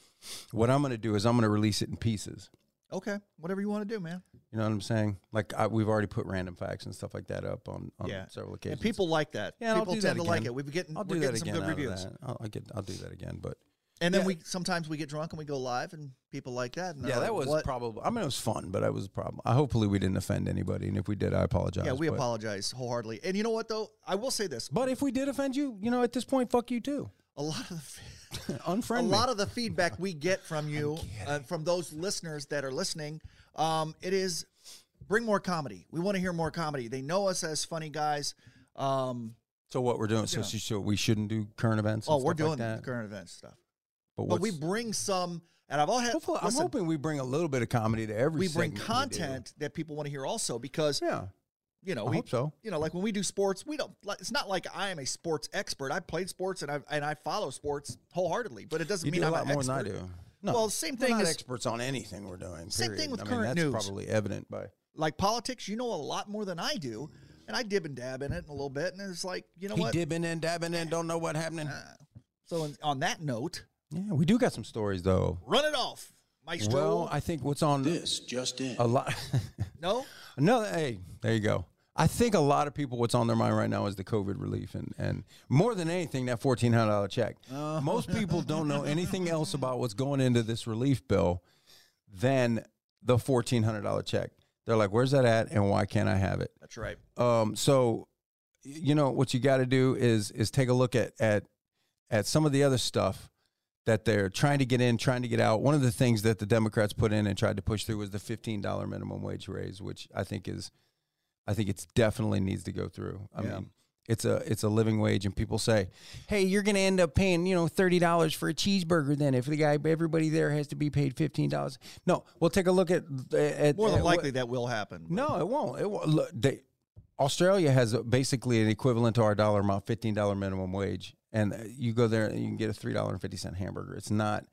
S1: what I'm going to do is I'm going to release it in pieces.
S2: Okay, whatever you want to do, man.
S1: You know what I'm saying? Like I, we've already put random facts and stuff like that up on, on
S2: Yeah.
S1: several occasions.
S2: And people like that.
S1: Yeah, I'll
S2: people
S1: do
S2: tend
S1: that
S2: to like
S1: again.
S2: it. We've been getting
S1: I'll
S2: we're
S1: do that
S2: getting some
S1: again.
S2: good
S1: out of
S2: reviews.
S1: that. I'll, I'll get. I'll do that again, but.
S2: And then
S1: Yeah.
S2: we sometimes we get drunk and we go live and people like that. And they're
S1: Yeah, that
S2: like,
S1: was
S2: "What?"
S1: probably. I mean, it was fun, but that was a problem. I, hopefully, we didn't offend anybody, and if we did, I apologize.
S2: Yeah, we
S1: but,
S2: apologize wholeheartedly. And you know what though? I will say this.
S1: But if we did offend you, you know, at this point, fuck you too.
S2: A lot of the
S1: Unfriend
S2: (laughs) a
S1: me.
S2: lot of the feedback we get from you uh, from those listeners that are listening um, it is bring more comedy we want to hear more comedy they know us as funny guys um,
S1: so what we're doing? So,
S2: Yeah.
S1: so, so we shouldn't do current events. and
S2: oh we're
S1: stuff
S2: doing
S1: like that.
S2: the current event stuff
S1: but,
S2: but we
S1: what's-
S2: bring some and i've all had
S1: hopefully, I'm
S2: listen,
S1: hoping we bring a little bit of comedy to every.
S2: we
S1: segment
S2: bring
S1: do.
S2: content that people want to hear also because
S1: Yeah,
S2: you know
S1: I
S2: we
S1: hope so.
S2: you know, like when we do sports, we don't. like, It's not like I am a sports expert. I played sports and I and I follow sports wholeheartedly, but it doesn't
S1: You
S2: mean
S1: do a
S2: I'm
S1: lot
S2: an
S1: more
S2: expert.
S1: than I do. No,
S2: Well, same
S1: we're
S2: thing
S1: not
S2: as-
S1: experts on anything we're doing.
S2: Same thing
S1: period.
S2: with
S1: I mean, that's
S2: current news.
S1: Probably evident by.
S2: like politics, you know a lot more than I do, and I dib and dab in it a little bit, and it's like you know
S1: He
S2: what. Uh,
S1: dibbing and dabbing and don't know what happening.
S2: So on, on that note,
S1: Yeah, we do got some stories though.
S2: run it off, Maestro.
S1: Well, I think what's on
S3: This just in.
S1: a lot. (laughs)
S2: no,
S1: no, hey, there you go. I think a lot of people, what's on their mind right now is the COVID relief, and and more than anything, that fourteen hundred dollar check.
S3: Uh-huh.
S1: Most people don't know anything else about what's going into this relief bill than the fourteen hundred dollar check. They're like, "Where's that at? And why can't I have it?"
S2: that's right.
S1: Um, so, y- you know, what you got to do is is take a look at at at some of the other stuff that they're trying to get in, trying to get out. One of the things that the Democrats put in and tried to push through was the fifteen dollar minimum wage raise, which I think is, I think it's definitely needs to go through. I
S2: Yeah.
S1: mean. It's a it's a living wage, and people say, "Hey, you're going to end up paying you know thirty dollars for a cheeseburger." Then, if the guy, everybody there has to be paid fifteen dollars. No, we'll take a look at, at
S2: More
S1: at
S2: than
S1: what-
S2: likely that will happen. but
S1: no, it won't. It won't. Look, they, Australia has a, basically an equivalent to our dollar amount, fifteen dollar minimum wage, and uh, you go there and you can get a three dollar and fifty cent hamburger. It's not,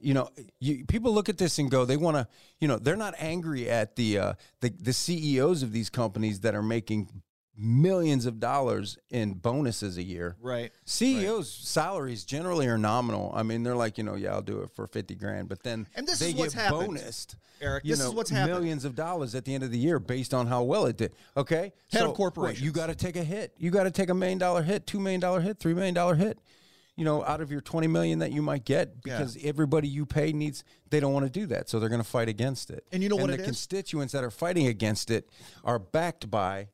S1: you know, you, people look at this and go, they want to, you know, they're not angry at the uh, the the CEOs of these companies that are making millions of dollars in bonuses a year.
S2: right.
S1: CEOs' salaries generally are nominal. I mean, they're like, you know, yeah, I'll do it for fifty grand, but then
S2: And this
S1: they
S2: is what's
S1: get
S2: happened,
S1: bonused
S2: Eric.
S1: you
S2: This
S1: know,
S2: is what's happened.
S1: millions of dollars at the end of the year based on how well it did. Okay,
S2: Head of
S1: wait,
S2: corporations.
S1: you got to take a hit. You got to take a million dollar hit, two million dollar hit, three million dollar hit. You know, out of your twenty million that you might get, because everybody you pay needs, they don't want to do that, so they're going to fight against it.
S2: And you know what
S1: The
S2: it is?
S1: constituents that are fighting against it are backed by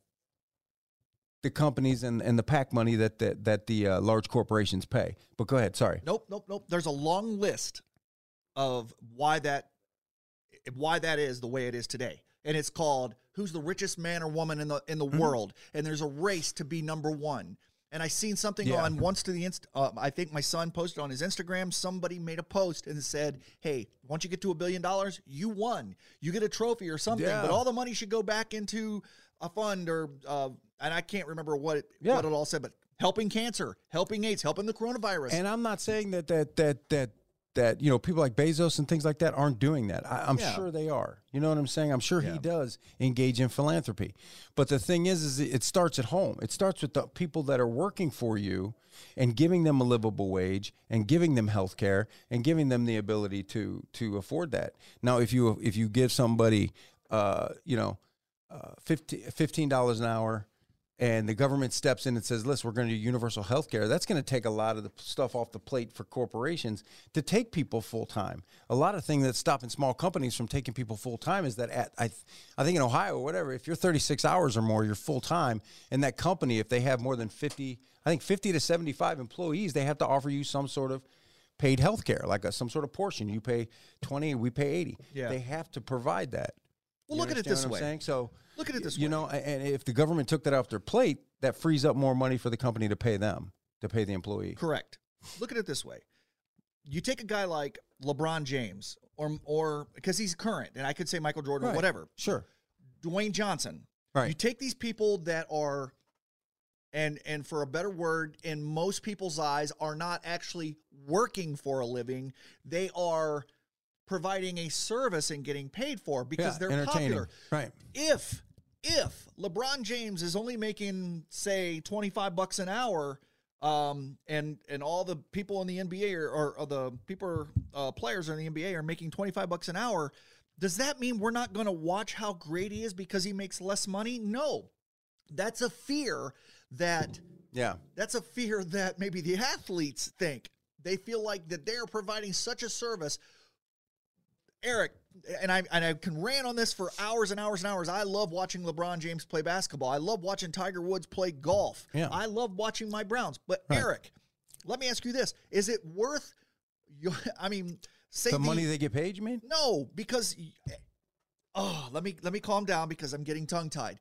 S1: the companies and, and the PAC money that that, that the uh, large corporations pay. But go ahead, sorry.
S2: Nope, nope, nope. There's a long list of why that why that is the way it is today. And it's called who's the richest man or woman in the in the
S1: Mm-hmm.
S2: world and there's a race to be number 1. And I seen something
S1: Yeah.
S2: on once to the inst- uh, I think my son posted on his Instagram somebody made a post and said, "Hey, once you get to a billion dollars, you won. You get a trophy or something,
S1: Yeah.
S2: but all the money should go back into a fund or uh, and I can't remember what it,
S1: Yeah.
S2: what it all said, but helping cancer, helping AIDS, helping the coronavirus.
S1: And I'm not saying that that that that that you know people like Bezos and things like that aren't doing that. I, I'm
S2: Yeah.
S1: sure they are. You know what I'm saying? I'm sure he
S2: Yeah.
S1: does engage in philanthropy, but the thing is, is it starts at home. It starts with the people that are working for you, and giving them a livable wage, and giving them health care, and giving them the ability to to afford that. Now, if you if you give somebody, uh, you know, uh, 15 $15 an hour and the government steps in and says, listen, we're going to do universal health care, that's going to take a lot of the stuff off the plate for corporations to take people full time. A lot of thing that's stopping small companies from taking people full time is that at, I, th- I think in Ohio or whatever, if you're 36 hours or more, you're full time. And that company, if they have more than 50, I think 50 to 75 employees, they have to offer you some sort of paid health care, like a, some sort of portion. You pay 20 and we pay 80.
S2: Yeah.
S1: They have to provide that.
S2: Well,
S1: You
S2: look at it
S1: understand
S2: this
S1: what
S2: way.
S1: I'm saying? So
S2: Look at it this
S1: you
S2: way.
S1: know, a- and if the government took that off their plate, that frees up more money for the company to pay them, to pay the employee.
S2: Correct. Look at it this way: you take a guy like LeBron James, or or because he's current, and I could say Michael Jordan, or
S1: Right.
S2: whatever,
S1: Sure.
S2: Dwayne Johnson.
S1: Right.
S2: You take these people that are, and and for a better word, in most people's eyes, are not actually working for a living. They are providing a service and getting paid for because
S1: Yeah,
S2: they're
S1: entertaining.
S2: popular
S1: Right.
S2: if if LeBron James is only making say 25 bucks an hour um and and all the people in the NBA are, or, or the people are, uh, players in the NBA are making 25 bucks an hour does that mean we're not going to watch how great he is because he makes less money no that's a fear that
S1: Yeah.
S2: that's a fear that maybe the athletes think they feel like that they're providing such a service eric and I, and I can rant on this for hours and hours and hours. I love watching LeBron James play basketball. I love watching Tiger Woods play golf.
S1: Yeah.
S2: I love watching my Browns. But
S1: Right.
S2: Eric, let me ask you this: Is it worth? Your, I mean, say
S1: The money they get paid, you mean?
S2: no, because oh, let me let me calm down because I'm getting tongue tied.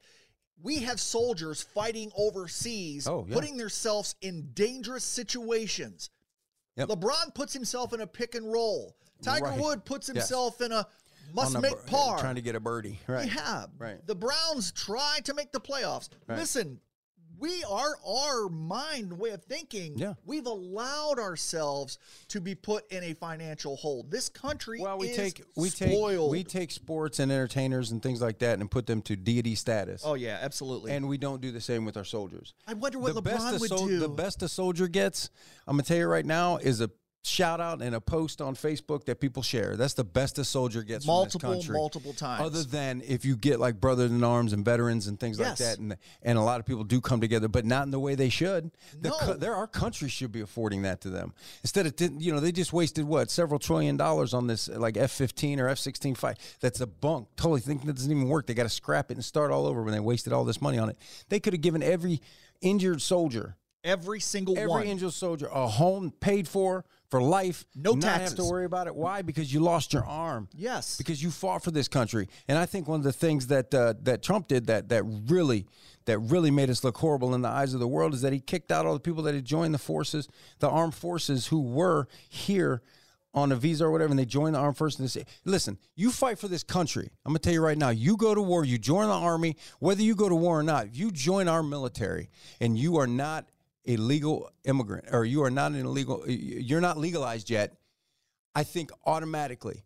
S2: We have soldiers fighting overseas,
S1: Oh, yeah.
S2: putting themselves in dangerous situations.
S1: Yep.
S2: LeBron puts himself in a pick and roll. Tiger
S1: Right.
S2: Wood puts himself in a must
S1: On a
S2: make
S1: bir-
S2: par.
S1: Trying to get a birdie. Right.
S2: yeah,
S1: Right.
S2: The Browns try to make the playoffs.
S1: Right.
S2: Listen, we are our mind way of thinking.
S1: Yeah.
S2: We've allowed ourselves to be put in a financial hole. This country
S1: Well, we
S2: is
S1: take we take
S2: spoiled.
S1: we take sports and entertainers and things like that and put them to deity status.
S2: Oh yeah, absolutely.
S1: And we don't do the same with our soldiers.
S2: I wonder what LeBron
S1: a
S2: would
S1: sol-
S2: do.
S1: The best a soldier gets, I'm gonna tell you right now, is a shout out and a post on Facebook that people share. That's the best a soldier gets. from this
S2: multiple,
S1: country.
S2: multiple times.
S1: Other than if you get like brothers in arms and veterans and things
S2: Yes.
S1: like that, and and a lot of people do come together, but not in the way they should. The
S2: No.
S1: co- there, our country should be affording that to them instead of didn't- you know they just wasted what several trillion dollars on this like F fifteen or F sixteen fight. That's a bunk. Totally think that doesn't even work. They got to scrap it and start all over when they wasted all this money on it. They could have given every injured soldier,
S2: every single
S1: every
S2: one.
S1: injured soldier, a home paid for for life.
S2: No
S1: not have to
S2: taxes.
S1: worry about it. Why? Because you lost your arm
S2: yes.
S1: because you fought for this country. And I think one of the things that uh, that Trump did that that really that really made us look horrible in the eyes of the world is that he kicked out all the people that had joined the forces, the armed forces who were here on a visa or whatever, and they joined the armed forces. And they say, Listen, you fight for this country. I'm gonna tell you right now, you go to war, you join the army, whether you go to war or not, if you join our military and you are not a legal immigrant or you are not an illegal you're not legalized yet, I think automatically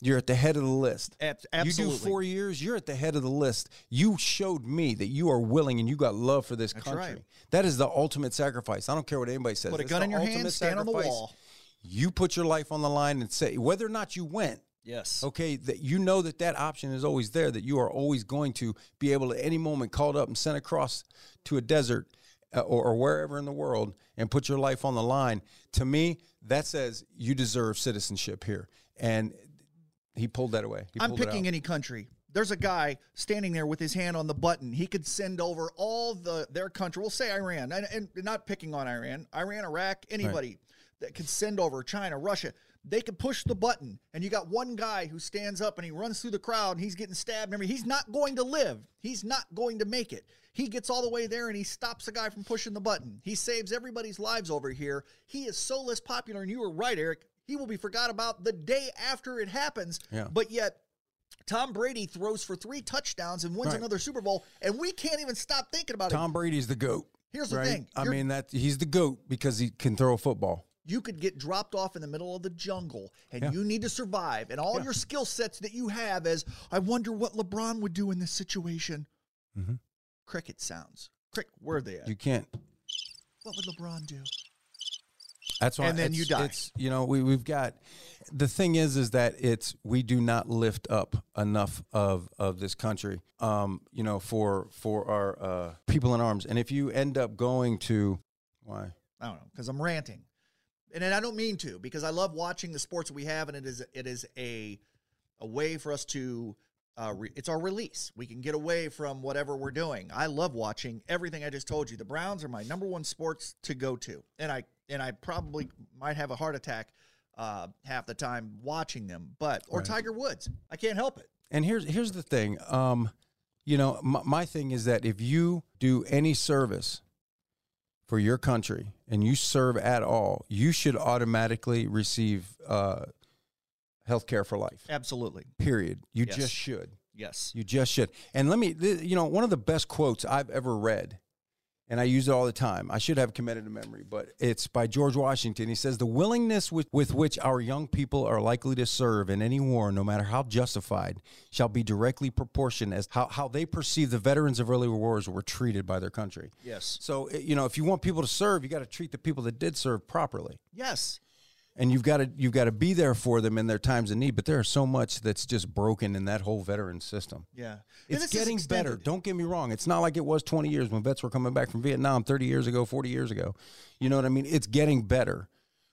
S1: you're at the head of the list.
S2: Ab- absolutely.
S1: You do four years, you're at the head of the list. You showed me that you are willing and you got love for this country.
S2: right.
S1: That is the ultimate sacrifice. I don't care what anybody says.
S2: Put a
S1: It's
S2: gun
S1: the
S2: in your hand,
S1: ultimate
S2: stand on the
S1: sacrifice.
S2: wall.
S1: You put your life on the line and say whether or not you went.
S2: Yes.
S1: Okay, that you know that that option is always there. That you are always going to be able at any moment called up and sent across to a desert uh, or, or wherever in the world and put your life on the line. To me, that says you deserve citizenship here. And he pulled that away. He
S2: I'm
S1: pulled it out.
S2: picking any country. There's a guy standing there with his hand on the button. He could send over all the their country. We'll say Iran, and, and not picking on Iran, Iran, Iraq, anybody that could send over China, Russia. They could push the button, and you got one guy who stands up and he runs through the crowd and he's getting stabbed. and everything. he's not going to live. He's not going to make it. He gets all the way there and he stops the guy from pushing the button. He saves everybody's lives over here. He is so less popular, and you were right, Eric. He will be forgot about the day after it happens.
S1: Yeah.
S2: But yet, Tom Brady throws for three touchdowns and wins
S1: Right.
S2: another Super Bowl, and we can't even stop thinking about it.
S1: Tom Brady's the goat.
S2: Here's the
S1: Right?
S2: thing.
S1: I
S2: You're-
S1: mean that he's the goat because he can throw a football.
S2: you could get dropped off in the middle of the jungle and
S1: Yeah.
S2: you need to survive. And all
S1: Yeah.
S2: your skill sets that you have is, I wonder what LeBron would do in this situation.
S1: Mhm.
S2: Cricket sounds. Crick, where are they at?
S1: You can't.
S2: what would LeBron do?
S1: That's why.
S2: And then
S1: it's-
S2: you die.
S1: It's you know we we've got the thing is is that it's we do not lift up enough of of this country. Um, you know for for our uh, people in arms, and if you end up going to why
S2: I don't know because I'm ranting, and, and I don't mean to because I love watching the sports we have, and it is it is a a way for us to uh, re- it's our release. We can get away from whatever we're doing. I love watching everything I just told you. The Browns are my number one sports to go to, and I and I probably might have a heart attack uh, half the time watching them, but or
S1: Right.
S2: Tiger Woods. I can't help it.
S1: and here's here's the thing um you know my, my thing is that if you do any service for your country and you serve at all you should automatically receive uh health care for life
S2: Absolutely,
S1: period you
S2: Yes.
S1: just should
S2: yes.
S1: you just should and let me th- you know one of the best quotes i've ever read and i use it all the time i should have committed to memory but it's by george washington he says the willingness with, with which our young people are likely to serve in any war no matter how justified shall be directly proportioned as how, how they perceive the veterans of earlier wars were treated by their country
S2: Yes.
S1: so eh, you know if you want people to serve you got to treat the people that did serve properly
S2: Yes.
S1: and you've got to you've got to be there for them in their times of need but there is so much that's just broken in that whole veteran system
S2: Yeah. And
S1: it's
S2: this is
S1: getting better.
S2: extended.
S1: Don't get me wrong. It's not like it was 20 years when vets were coming back from Vietnam 30 years ago, 40 years ago. You know what I mean? It's getting better,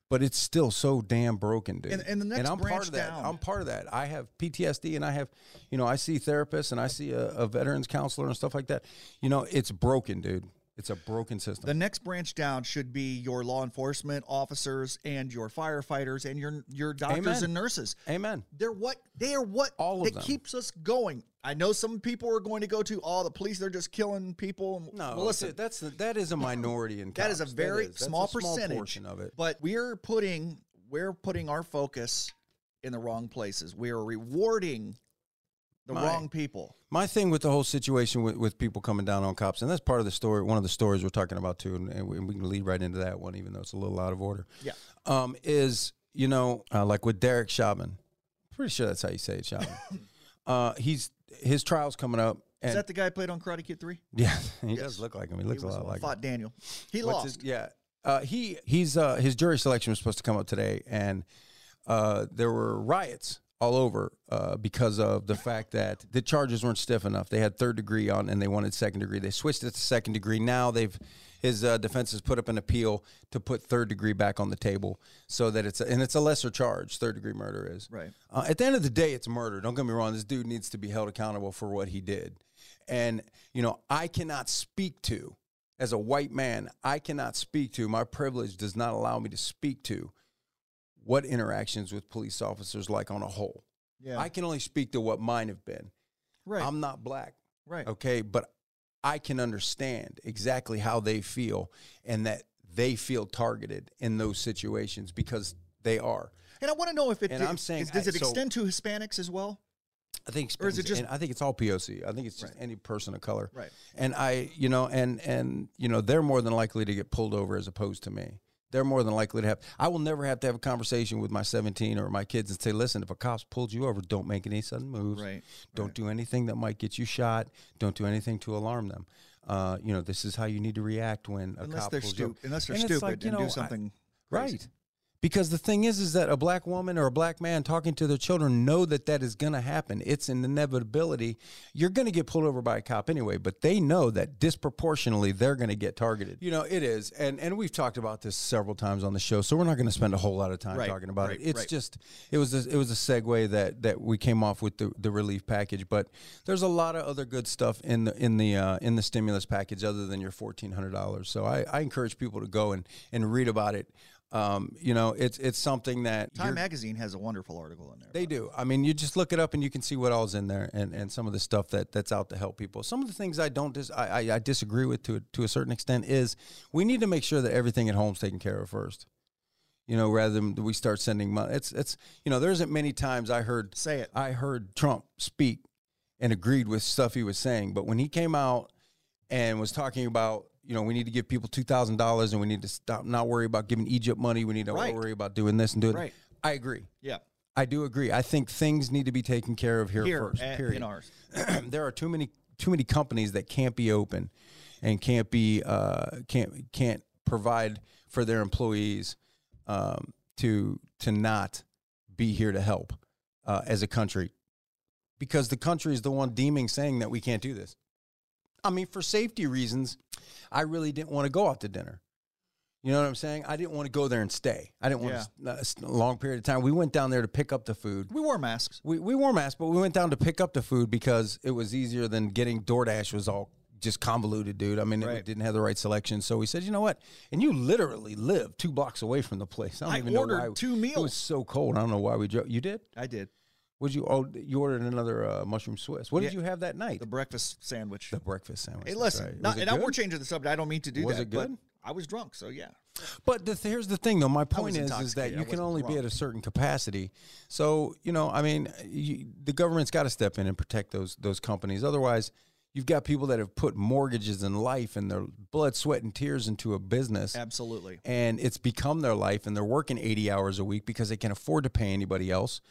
S1: but it's still so damn broken, dude.
S2: And- and the next
S1: I'm part
S2: branch
S1: of that.
S2: down.
S1: I'm part of that. I have PTSD and I have, you know, I see therapists and I see a, a veterans counselor and stuff like that. You know, it's broken, dude. It's a broken system.
S2: The next branch down should be your law enforcement officers and your firefighters and your your doctors
S1: Amen.
S2: and nurses.
S1: Amen.
S2: They're what they are what
S1: All of
S2: that
S1: them.
S2: keeps us going. I know some people are going to go to all the police. They're just killing people. and-
S1: No,
S2: well, listen,
S1: that's the, that is a minority in
S2: that is a
S1: cops.
S2: very
S1: is. That's a
S2: small percentage
S1: portion of it.
S2: But we're putting we're putting our focus in the wrong places. We are rewarding the
S1: My-
S2: wrong people.
S1: my thing with the whole situation with, with people coming down on cops, and that's part of the story, one of the stories we're talking about too, and, and we, we can lead right into that one, even though it's a little out of order.
S2: Yeah.
S1: Um, is, you know, uh, like with Derek Chauvin, pretty sure that's how you say it,
S2: (laughs)
S1: Chauvin. uh, he's, his trial's coming up. And,
S2: Is that the guy who played on Karate Kid Three?
S1: (laughs) yeah, he
S2: Yes.
S1: does look like him. He looks
S2: he
S1: a
S2: was-
S1: lot like him.
S2: fought Daniel. He
S1: What's
S2: lost.
S1: his- yeah. Uh, he he's uh, his jury selection was supposed to come up today, and uh, there were riots all over uh, because of the fact that the charges weren't stiff enough. They had third degree on, and they wanted second degree. They switched it to second degree. Now they've his uh, defense has put up an appeal to put third degree back on the table, so that it's a, and it's a lesser charge. Third degree murder is
S2: Right.
S1: uh, at the end of the day, it's murder. Don't get me wrong. This dude needs to be held accountable for what he did. And, you know, I cannot speak to, as a white man, I cannot speak to, my privilege does not allow me to speak to what interactions with police officers like on a whole.
S2: Yeah.
S1: I can only speak to what mine have been.
S2: right.
S1: I'm not black.
S2: right.
S1: Okay. But I can understand exactly how they feel and that they feel targeted in those situations because they are.
S2: And I want to know if it
S1: And
S2: did-
S1: I'm saying
S2: is- does
S1: I-
S2: it
S1: so-
S2: extend to Hispanics as well?
S1: I think,
S2: Or is it
S1: Spanish-
S2: just-
S1: and I think it's all POC. I think it's just
S2: Right.
S1: any person of color.
S2: Right.
S1: And I, you know, and and you know, they're more than likely to get pulled over as opposed to me. They're more than likely to have. I will never have to have a conversation with my 17 or my kids and say, "Listen, if a cop's pulled you over, don't make any sudden moves.
S2: Right,
S1: Don't do anything that might get you shot. Don't do anything to alarm them. Uh, you know, this is how you need to react when a
S2: Unless
S1: cop
S2: they're,
S1: pulls you.
S2: stu-
S1: over."
S2: unless they're
S1: And it's
S2: stupid
S1: like, you
S2: and
S1: know,
S2: do
S1: I-
S2: something crazy.
S1: Right. Because the thing is, is that a black woman or a black man talking to their children know that that is going to happen. It's an inevitability. You're going to get pulled over by a cop anyway, but they know that disproportionately they're going to get targeted. You know, it is. And and we've talked about this several times on the show, so we're not going to spend a whole lot of time
S2: Right,
S1: talking about
S2: right,
S1: it. It's
S2: right.
S1: just it was a, it was a segue that that we came off with the, the relief package, but there's a lot of other good stuff in the in the uh, in the stimulus package other than your $1400. So I, I encourage people to go and and read about it. Um, you know, it's it's something that
S2: Time
S1: you're-
S2: Magazine has a wonderful article in there.
S1: they
S2: about
S1: do. I mean, you just look it up and you can see what all's in there and, and some of the stuff that, that's out to help people. Some of the things I don't dis- I, I, I disagree with to a, to a certain extent is we need to make sure that everything at home's taken care of first. You know, rather than we start sending money. It's it's you know, there isn't many times I heard
S2: it. Say it.
S1: I heard Trump speak and agreed with stuff he was saying, but when he came out and was talking about you know, we need to give people two thousand dollars, and we need to stop not worry about giving Egypt money. We need to
S2: Right.
S1: worry about doing this and doing. that.
S2: Right.
S1: I agree.
S2: Yeah.
S1: I do agree. I think things need to be taken care of here,
S2: Here eh,
S1: first.
S2: at,
S1: period.
S2: in ours.
S1: (clears throat) there are too many too many companies that can't be open and can't be uh, can't can't provide for their employees um, to to not be here to help uh, as a country because the country is the one deeming saying that we can't do this. I mean, for safety reasons, I really didn't want to go out to dinner. You know what I'm saying? I didn't want to go there and stay. I didn't want
S2: Yeah.
S1: to, s- a long period of time. We went down there to pick up the food.
S2: We wore masks.
S1: We, we wore masks, but we went down to pick up the food because it was easier than getting DoorDash was all just convoluted, dude. I mean,
S2: Right.
S1: it didn't have the right selection. So we said, you know what? And you literally live two blocks away from the place. I don't
S2: I
S1: even know why.
S2: ordered two
S1: It was
S2: meals.
S1: so cold. I don't know why we drove. You did?
S2: I did
S1: Would you? Oh, you ordered another uh, mushroom Swiss. What did
S2: Yeah.
S1: you have that night?
S2: the
S1: The,
S2: breakfast sandwich.
S1: breakfast sandwich.
S2: Hey,
S1: that's
S2: listen,
S1: right.
S2: not,
S1: Was it
S2: and I,
S1: good?
S2: we're changing the subject. I don't mean to do
S1: Was
S2: that,
S1: it good?
S2: but I was drunk, so yeah.
S1: But the, here's the thing, though. My point is, is that
S2: intoxicated. I
S1: you can
S2: wasn't
S1: only be
S2: drunk.
S1: at a certain capacity. So you know, I mean, you, the government's got to step in and protect those those companies. Otherwise, you've got people that have put mortgages and life and their blood, sweat, and tears into a business,
S2: Absolutely.
S1: and it's become their life. And they're working eighty hours a week because they can't afford to pay anybody else.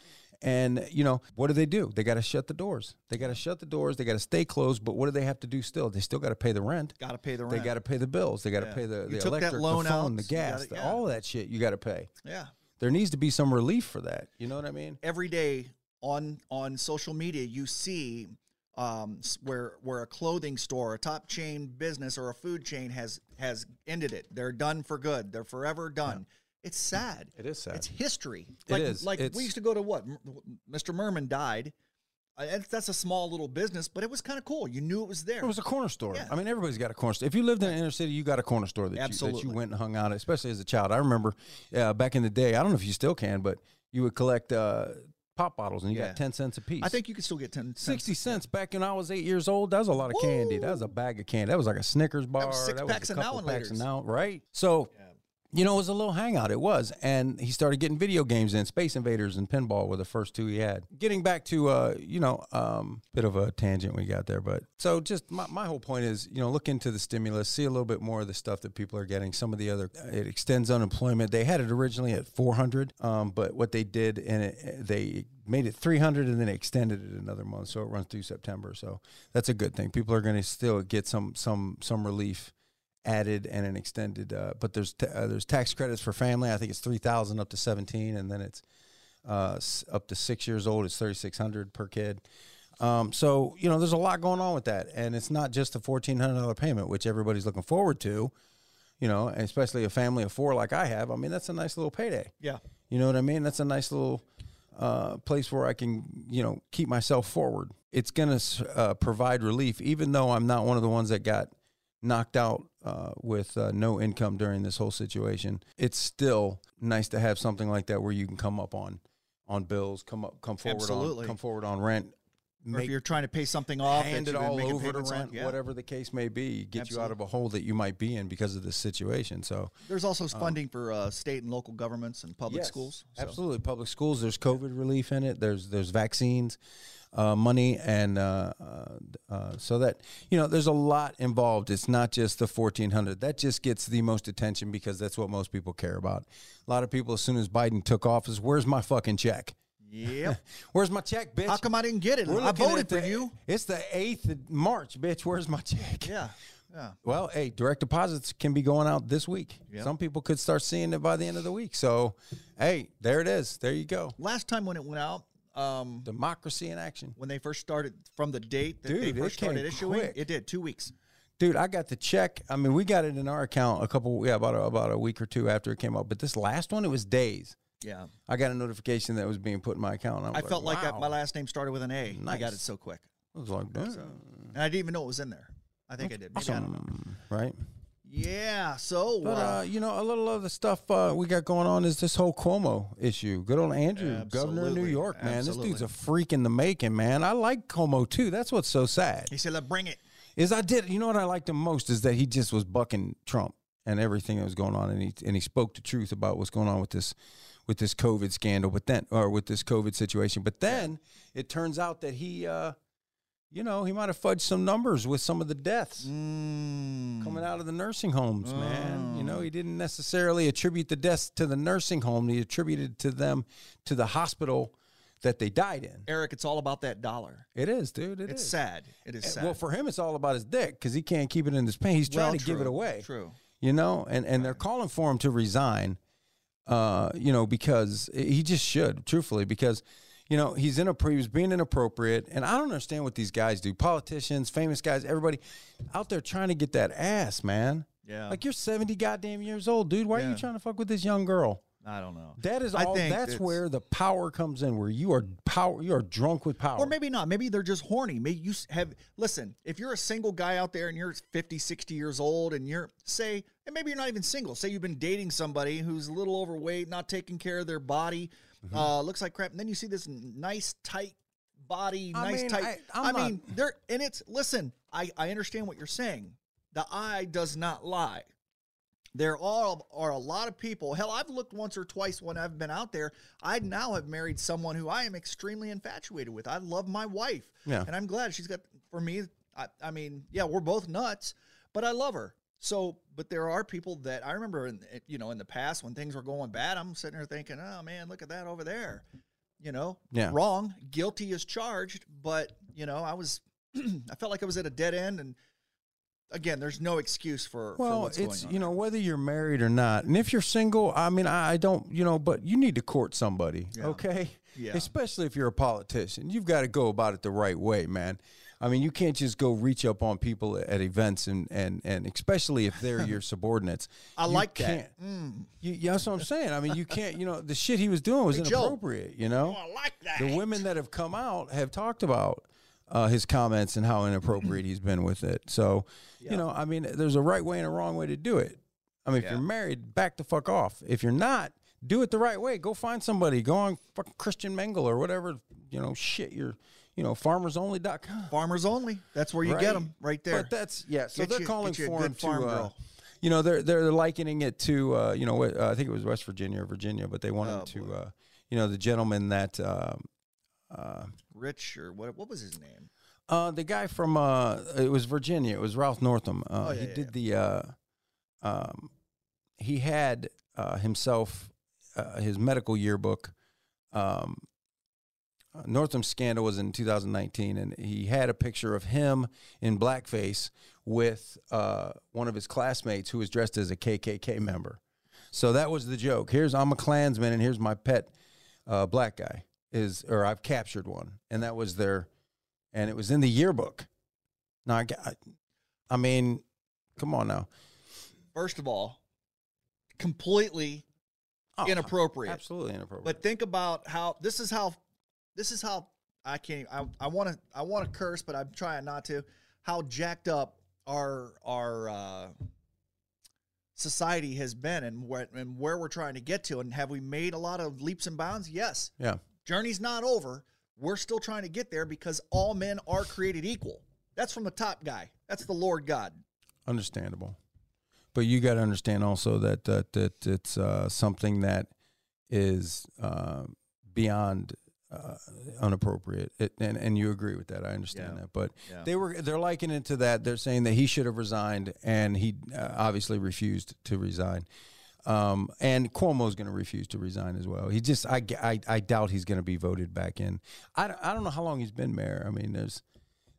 S1: And you know, what do they do? They got to shut the doors. They got to shut the doors. They got to stay closed. But what do they have to do still? They still got to pay the rent.
S2: Got to pay the
S1: They
S2: rent.
S1: got to pay the bills. They got to
S2: Yeah.
S1: pay the,
S2: You
S1: the
S2: took that
S1: electric,
S2: loan
S1: the phone,
S2: out,
S1: the
S2: you gotta-
S1: gas, the-
S2: yeah.
S1: all of that shit. You got to pay.
S2: yeah.
S1: There needs to be some relief for that. You know what I mean?
S2: Every day on on social media, you see um, s- where where a clothing store, a top chain business, or a food chain has has ended it. They're done for good. They're forever done. It's sad.
S1: It is sad.
S2: It's history.
S1: It
S2: Like,
S1: is.
S2: Like
S1: It's-
S2: we used to go to what M- Mr. Merman died. Uh, that's- that's a small little business, but it was kind of cool. You knew it was there.
S1: It was a corner store.
S2: Yeah.
S1: I mean, everybody's got a corner store. If you lived in an inner city, you got a corner store that, you, that
S2: Absolutely.
S1: you went and hung out at, especially as a child. I remember uh, back in the day, I don't know if you still can, but you would collect uh, pop bottles and you
S2: Yeah.
S1: got 10 cents a piece.
S2: I think you could still get ten.
S1: 60 cents back when I was eight years old. That was a lot of candy. That was a bag of candy. That was like a Snickers bar.
S2: was six
S1: that was
S2: packs
S1: a
S2: of
S1: couple
S2: Now and
S1: packs of
S2: Laters.
S1: now, right? So, you know, it was a little hangout. It was, and he started getting video games in. Space Invaders and pinball were the first two he had. Getting back to, uh, you know, um, bit of a tangent we got there, but so just my, my whole point is, you know, look into the stimulus, see a little bit more of the stuff that people are getting. Some of the other, uh, it extends unemployment. They had it originally at four hundred, um, but what they did and it, uh, they made it 300 and then extended it another month so it runs through september so that's a good thing people are going to still get some some some relief added and an extended uh, but there's ta uh, there's tax credits for family i think it's 3000 up to 17 and then it's uh, s- up to six years old it's 3600 per kid um, so you know there's a lot going on with that and it's not just the $1400 payment which everybody's looking forward to you know and especially a family of four like i have i mean that's a nice little payday
S2: Yeah.
S1: you know what I mean? That's a nice little uh, place where I can, you know, keep myself forward. It's going to uh, provide relief, even though I'm not one of the ones that got knocked out uh, with uh, no income during this whole situation. It's still nice to have something like that where you can come up on on bills, come up, come forward
S2: Absolutely.
S1: on, come forward on rent,
S2: Or if you're trying to pay something off, that
S1: hand
S2: you've
S1: it
S2: been
S1: all
S2: making
S1: over to
S2: payments on,
S1: rent,
S2: yeah.
S1: whatever the case may be, get you out
S2: Absolutely.
S1: of a hole that you might be in because of this situation. So.
S2: There's also funding for uh, state and local governments and public
S1: Um, Yes,
S2: schools.
S1: Absolutely, public schools. There's COVID relief in it. There's there's vaccines, uh, money, and uh, uh, uh, so that you know there's a lot involved. It's not just the fourteen hundred. That just gets the most attention because that's what most people care about. A lot of people, as soon as Biden took office, where's my fucking check?
S2: Yep.
S1: Where's my check, bitch?
S2: (laughs) How come I didn't get it?
S1: We're
S2: I
S1: looking
S2: voted
S1: at
S2: for
S1: the-
S2: you.
S1: It's the eighth of March, bitch. Where's my check?
S2: Yeah. Yeah.
S1: Well, hey, direct deposits can be going out this week.
S2: Yeah.
S1: Some people could start seeing it by the end of the week. So, hey, there it is. There you go.
S2: Last time when it went out, um,
S1: Democracy in action.
S2: when they first started from the date that
S1: Dude,
S2: they
S1: it
S2: first started
S1: came
S2: issuing,
S1: quick.
S2: it did two weeks.
S1: Dude, I got the check. I mean, we got it in our account a couple, yeah, about a, about a week or two after it came out. But this last one, it was days.
S2: Yeah.
S1: I got a notification that it was being put in my account. and
S2: I
S1: was
S2: felt like I,
S1: wow.
S2: my last name started with an A. I got
S1: Nice.
S2: it so quick,
S1: I was like, damn.
S2: and I didn't even know it was in there. I think I did. Maybe I don't know.
S1: Awesome. Right?
S2: Yeah. So
S1: But,
S2: uh,
S1: uh, you know, a little of the stuff uh, we got going on is this whole Cuomo issue. Good old Andrew, governor of New
S2: Absolutely.
S1: York, man.
S2: Absolutely.
S1: This dude's a freak in the making, man. I like Cuomo, too. That's what's so sad.
S2: he said, "Let bring it."
S1: is I did. You know what I liked him most is that he just was bucking Trump and everything that was going on, and he and he spoke the truth about what's going on with this with this COVID scandal, but then or with this COVID situation. But then it turns out that he uh, you know, he might have fudged some numbers with some of the deaths coming out of the nursing homes, man. You
S2: Mm.
S1: know, he didn't necessarily attribute the deaths to the nursing home. He attributed to them to the hospital that they died in.
S2: Eric, it's all about that dollar.
S1: It is, dude.
S2: it's
S1: it's
S2: sad. It is sad.
S1: Well, for him, it's all about his dick because he can't keep it in his pants. He's trying
S2: Well,
S1: to give
S2: true,
S1: it away,
S2: True.
S1: you know, and, and they're calling for him to resign, uh, you know, because he just should, truthfully, because, you know, he's in he was being inappropriate. And I don't understand what these guys do politicians, famous guys, everybody out there trying to get that ass, man.
S2: Yeah.
S1: Like you're 70 goddamn years old, dude. Why are
S2: Yeah.
S1: you trying to fuck with this young girl?
S2: I don't know.
S1: That is
S2: I
S1: all.
S2: think
S1: That's
S2: it's-
S1: where the power comes in, where you are power. You are drunk with power.
S2: Or maybe not. Maybe they're just horny. Maybe you s- have, listen, if you're a single guy out there and you're 50, 60 years old and you're, say, and maybe you're not even single, say you've been dating somebody who's a little overweight, not taking care of their body, uh, looks like crap. And then you see this n- nice, tight body,
S1: I
S2: nice,
S1: mean,
S2: tight.
S1: I-
S2: I
S1: I'm not-
S2: mean, they're, and it's, listen, I, I understand what you're saying. The eye does not lie. There are, are a lot of people. Hell, I've looked once or twice when I've been out there. I now have married someone who I am extremely infatuated with. I love my wife.
S1: Yeah.
S2: And I'm glad she's got, for me, I, I mean, yeah, we're both nuts, but I love her. So, but there are people that I remember, in, you know, in the past when things were going bad, I'm sitting there thinking, oh man, look at that over there. You know,
S1: Yeah.
S2: wrong, guilty is charged, but, you know, I was, (clears throat) I felt like I was at a dead end. And again, there's no excuse for, for
S1: Well,
S2: what's
S1: it's
S2: going on.
S1: you know whether you're married or not, and if you're single, I mean, I, I don't, you know, but you need to court somebody,
S2: Yeah.
S1: okay?
S2: Yeah.
S1: Especially if you're a politician, you've got to go about it the right way, man. I mean, you can't just go reach up on people at events and and and especially if they're
S2: (laughs)
S1: your subordinates.
S2: I
S1: You
S2: like
S1: can't-
S2: that. Mm.
S1: You, yeah, that's what I'm saying. I mean, you can't, you know, the shit he was doing was
S2: Hey, Joe.
S1: inappropriate, you know?
S2: Oh, I like that.
S1: the women that have come out have talked about uh, his comments and how inappropriate he's been with it. So, you know, I mean, there's a right way and a wrong way to do it. I mean, if
S2: Yeah.
S1: you're married, back the fuck off. If you're not, do it the right way. Go find somebody. Go on fucking Christian Mingle or whatever, you know, shit. You're, you know, farmersonly.com.
S2: Farmers only. That's where you
S1: Right.
S2: get 'em, get them right there.
S1: But that's yeah. So
S2: Get
S1: they're
S2: you-
S1: calling
S2: get you a
S1: for
S2: good
S1: him to,
S2: farm
S1: uh,
S2: girl.
S1: you know, they're they're likening it to uh, you know, what- uh, I think it was West Virginia or Virginia, but they wanted
S2: Oh,
S1: to, uh, you know, the gentleman that um, uh,
S2: Rich or what? What was his name?
S1: uh, the guy from uh, it was Virginia. It was Ralph Northam. Uh,
S2: Oh, yeah,
S1: he
S2: yeah,
S1: did the, uh, um, he had uh, himself uh, his medical yearbook. Um, uh, Northam scandal was in 2019, and he had a picture of him in blackface with uh, one of his classmates who was dressed as a KKK member. So that was the joke. Here's I'm a Klansman, and here's my pet uh, black guy is, or I've captured one, and that was their, and it was in the yearbook. Now I got, I mean, come on now,
S2: First of all, completely
S1: Oh,
S2: inappropriate.
S1: absolutely inappropriate.
S2: But think about how this is how this is how I can't. I I want to I want to curse, but I'm trying not to. How jacked up our our uh, society has been, and what and where we're trying to get to, and have we made a lot of leaps and bounds? Yes.
S1: yeah,
S2: Journey's not over. We're still trying to get there because all men are created equal. That's from the top guy. That's the Lord God.
S1: understandable. But you got to understand also that that, that it's uh, something that is uh, beyond uh, inappropriate, it, and and you agree with that. I understand
S2: Yeah.
S1: that, but
S2: Yeah.
S1: they were they're likening it to that. They're saying that he should have resigned, and he uh, obviously refused to resign. Um, and Cuomo's going to refuse to resign as well. He just, I, g- I- I doubt he's going to be voted back in. I don't, I don't know how long he's been mayor. I mean, there's,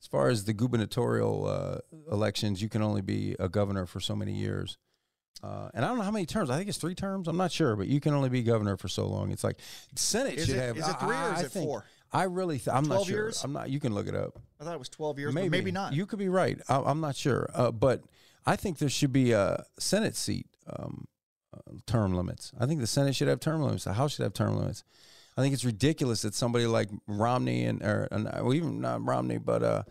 S1: as far as the gubernatorial uh, elections, you can only be a governor for so many years. Uh, and I don't know how many terms. I think it's three terms. I'm not sure, but you can only be governor for so long. It's like Senate
S2: Is
S1: should
S2: it-
S1: have.
S2: is it three or
S1: I- I
S2: is it
S1: think-
S2: four?
S1: I really, th- I'm not
S2: 12
S1: sure.
S2: years?
S1: I'm not. You can look it up
S2: I thought it was 12 years, maybe, but maybe not.
S1: you could be right. I, I'm not sure, uh, but I think there should be a Senate seat um, uh, term limits. I think the Senate should have term limits. The House should have term limits. I think it's ridiculous that somebody like Romney and or and, uh, well, even not Romney, but uh,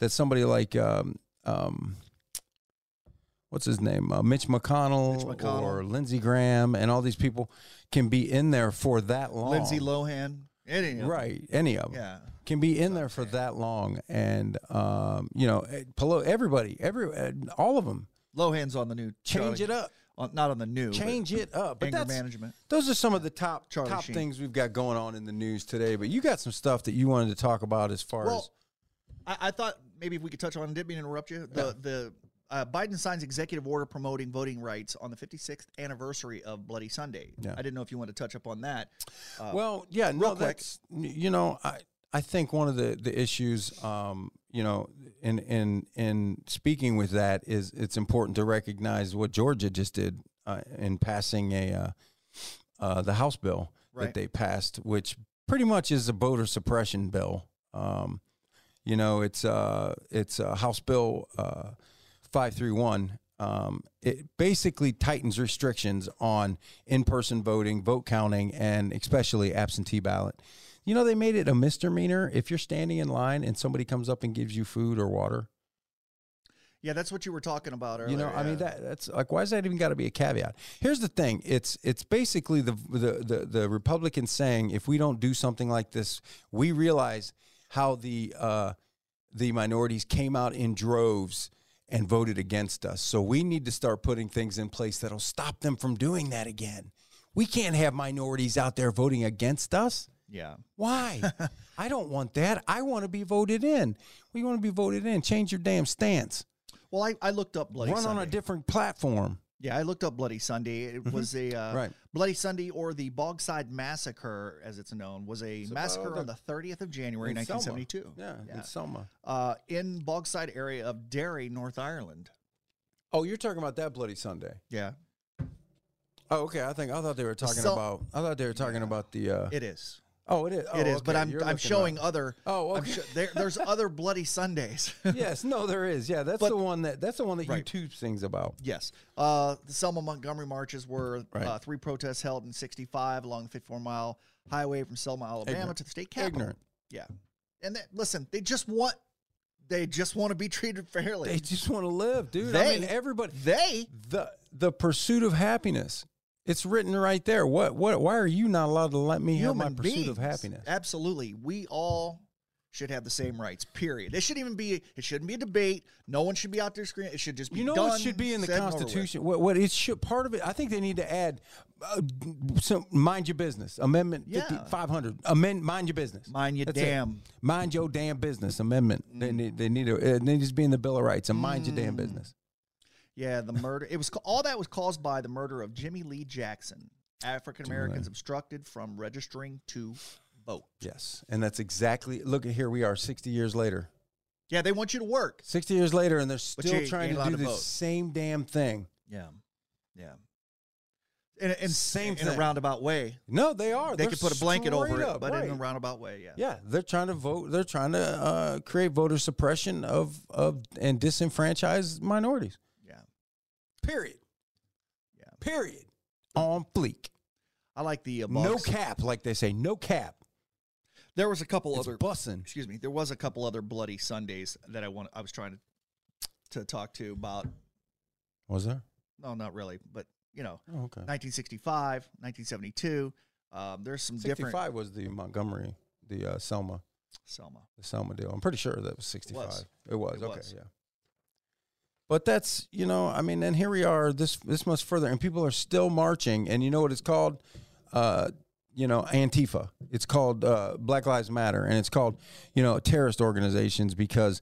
S1: that somebody like um, um, what's his name, uh, Mitch, McConnell
S2: Mitch McConnell.
S1: or Lindsey Graham, and all these people can be in there for that long.
S2: Lindsay Lohan. Any of them.
S1: right? Any of them
S2: Yeah.
S1: can be in there for that long, and um, you know, eh, Pelo, everybody, every, eh, all of them,
S2: Lohan's on the new.
S1: change
S2: Charlie-
S1: it up,
S2: on- not on the new. but
S1: change it up. But
S2: Anger
S1: that's
S2: management.
S1: those are some of the top
S2: Charlie
S1: top
S2: Sheen.
S1: things we've got going on in the news today. But you got some stuff that you wanted to talk about as far
S2: Well,
S1: as
S2: I, I thought maybe if we could touch on. Didn't mean to interrupt you. The the uh, Biden signs executive order promoting voting rights on the 56th anniversary of Bloody Sunday.
S1: Yeah.
S2: I didn't know if you wanted to touch up on that. Uh,
S1: well, yeah, no,
S2: quick.
S1: that's you know, I I think one of the the issues, um, you know, in in in speaking with that is it's important to recognize what Georgia just did uh, in passing a uh, uh, the House bill
S2: Right.
S1: that they passed, which pretty much is a voter suppression bill. Um, you know, it's uh, it's uh, House Bill uh, five three one. Um, it basically tightens restrictions on in-person voting, vote counting, and especially absentee ballot. You know, they made it a misdemeanor if you're standing in line and somebody comes up and gives you food or water.
S2: yeah, that's what you were talking about earlier.
S1: You know, I mean
S2: yeah.
S1: that that's like why is that even got to be a caveat? Here's the thing: it's it's basically the, the the the Republicans saying if we don't do something like this, we realize how the uh, the minorities came out in droves and voted against us. So we need to start putting things in place that'll stop them from doing that again. We can't have minorities out there voting against us.
S2: Yeah. (laughs)
S1: Why? I don't want that. I want to be voted in. We want to be voted in. Change your damn stance.
S2: Well, I, I looked up Bloody
S1: Run
S2: Sunday.
S1: on a different platform.
S2: yeah, I looked up Bloody Sunday. It was a uh,
S1: Right.
S2: Bloody Sunday or the Bogside Massacre, as it's known, was a massacre on the 30th of January,
S1: In Selma.
S2: 1972,
S1: Yeah,
S2: Yeah.
S1: in Selma.
S2: uh, in Bogside area of Derry, North Ireland.
S1: Oh, you're talking about that bloody Sunday.
S2: Yeah,
S1: Oh, okay. I think I thought they were talking
S2: Sel-
S1: about. I thought they were talking about the. Uh,
S2: it is.
S1: oh, it is. Oh,
S2: It is, but
S1: okay,
S2: I'm
S1: you're
S2: I'm
S1: looking
S2: showing (laughs)
S1: up.
S2: other.
S1: Oh,
S2: I'm
S1: okay.
S2: sho- there, there's other Bloody Sundays.
S1: (laughs)
S2: (laughs)
S1: yes, no, there is. Yeah, that's
S2: But-
S1: the one that that's the one that
S2: Right.
S1: YouTube sings about.
S2: Yes. Uh, the Selma Montgomery marches were
S1: Right.
S2: uh, three protests held in 65 along the 54 mile highway from Selma, Alabama
S1: Ignorant.
S2: to the state capitol. (laughs)
S1: Ignorant.
S2: Yeah. And that, listen, they just want they just want to be (laughs) treated
S1: They
S2: fairly.
S1: just want to live, dude. I
S2: They-
S1: mean, everybody.
S2: They,
S1: The the pursuit of happiness. It's written right there. What what? Why are you not allowed to let me have my
S2: human
S1: pursuit
S2: beings,
S1: of happiness?
S2: Absolutely. We all should have the same rights. Period. It shouldn't even be it shouldn't be a debate. No one should be out there screaming. It should just be
S1: You know
S2: done,
S1: what should be in the
S2: said and over with.
S1: Constitution? What, what it should part of it? I think they need to add uh, some mind your business amendment 50,
S2: Yeah.
S1: 500 amend mind your business
S2: Mind your
S1: That's it.
S2: damn. Mm.
S1: mind your damn business amendment. They need they need to it needs to be in the Bill of Rights and mind your damn business.
S2: Yeah, the murder. It was ca- all that was caused by the murder of Jimmy Lee Jackson. African Americans obstructed from registering to vote.
S1: Yes, and that's exactly. Look at here we are, sixty years later.
S2: Yeah, they want you to work.
S1: Sixty years later, and they're
S2: But you
S1: still
S2: ain't-
S1: trying
S2: ain't
S1: to
S2: allowed
S1: do
S2: to
S1: the
S2: vote.
S1: same damn thing.
S2: Yeah, yeah. And, and
S1: Same
S2: in a
S1: thing.
S2: roundabout way,
S1: No, they are.
S2: they
S1: They're
S2: could put a blanket over
S1: straight
S2: it,
S1: up,
S2: but in a
S1: right.
S2: roundabout way, yeah.
S1: Yeah, they're trying to vote. They're trying to uh, create voter suppression of of and disenfranchise minorities.
S2: yeah.
S1: Period.
S2: Yeah.
S1: Period. On fleek.
S2: I like the uh,
S1: No
S2: box.
S1: cap, like they say. No cap.
S2: There was a couple
S1: It's
S2: other.
S1: bussing.
S2: excuse me. There was a couple other bloody Sundays that I want. I was trying to to talk to about.
S1: Was there?
S2: No, not really, but you know,
S1: Oh, okay.
S2: 1965, 1972. Um, there's some different
S1: 65 was the Montgomery, the uh, Selma,
S2: Selma.
S1: the Selma deal. I'm pretty sure that was 65. It was.
S2: was. It
S1: okay,
S2: was.
S1: yeah. But that's, you know, I mean, and here we are this this much further and people are still marching and you know what it's called? Uh, you know, Antifa. It's called uh, Black Lives Matter and it's called, you know, terrorist organizations because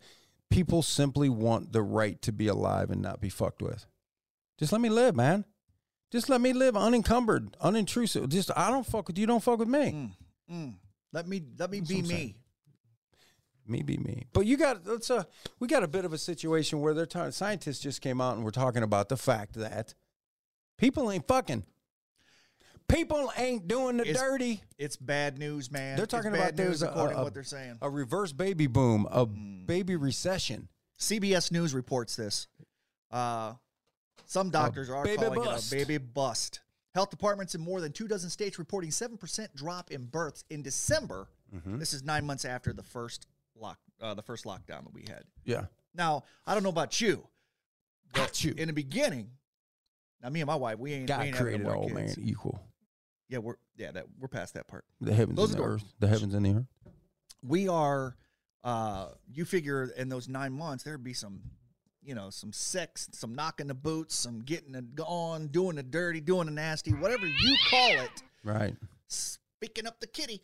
S1: people simply want the right to be alive and not be fucked with. Just let me live, man. Just let me live unencumbered, unintrusive. Just I don't fuck with you, don't fuck with me.
S2: Mm, mm. Let me let me
S1: That's
S2: be
S1: what I'm
S2: me.
S1: me be me. But you got let's uh we got a bit of a situation where they're talking scientists just came out and we're talking about the fact that people ain't fucking. People ain't doing the
S2: It's-
S1: dirty.
S2: It's bad news, man.
S1: They're
S2: It's
S1: talking
S2: bad
S1: about there's
S2: news
S1: a-
S2: according
S1: a-
S2: to what they're saying.
S1: A reverse baby boom, a
S2: Mm.
S1: baby recession.
S2: CBS News reports this. Uh,
S1: Oh.
S2: some doctors are
S1: baby
S2: calling
S1: bust.
S2: it a baby bust. Health departments in more than two dozen states reporting seven percent drop in births in December.
S1: Mm-hmm.
S2: This is nine months after the first lock, uh, the first lockdown that we had.
S1: Yeah.
S2: Now I don't know about you.
S1: Got you.
S2: In the beginning, now me and my wife, we ain't, we
S1: God
S2: ain't having
S1: created
S2: no more
S1: all
S2: kids.
S1: man equal.
S2: Yeah, we're yeah that we're past that part.
S1: The heavens
S2: Those
S1: and the
S2: are-
S1: earth. The heavens and the earth.
S2: we are uh you figure in those nine months there'd be some you know some sex some knocking the boots some getting it on doing the dirty doing the nasty whatever you call it
S1: Right.
S2: speaking up the kitty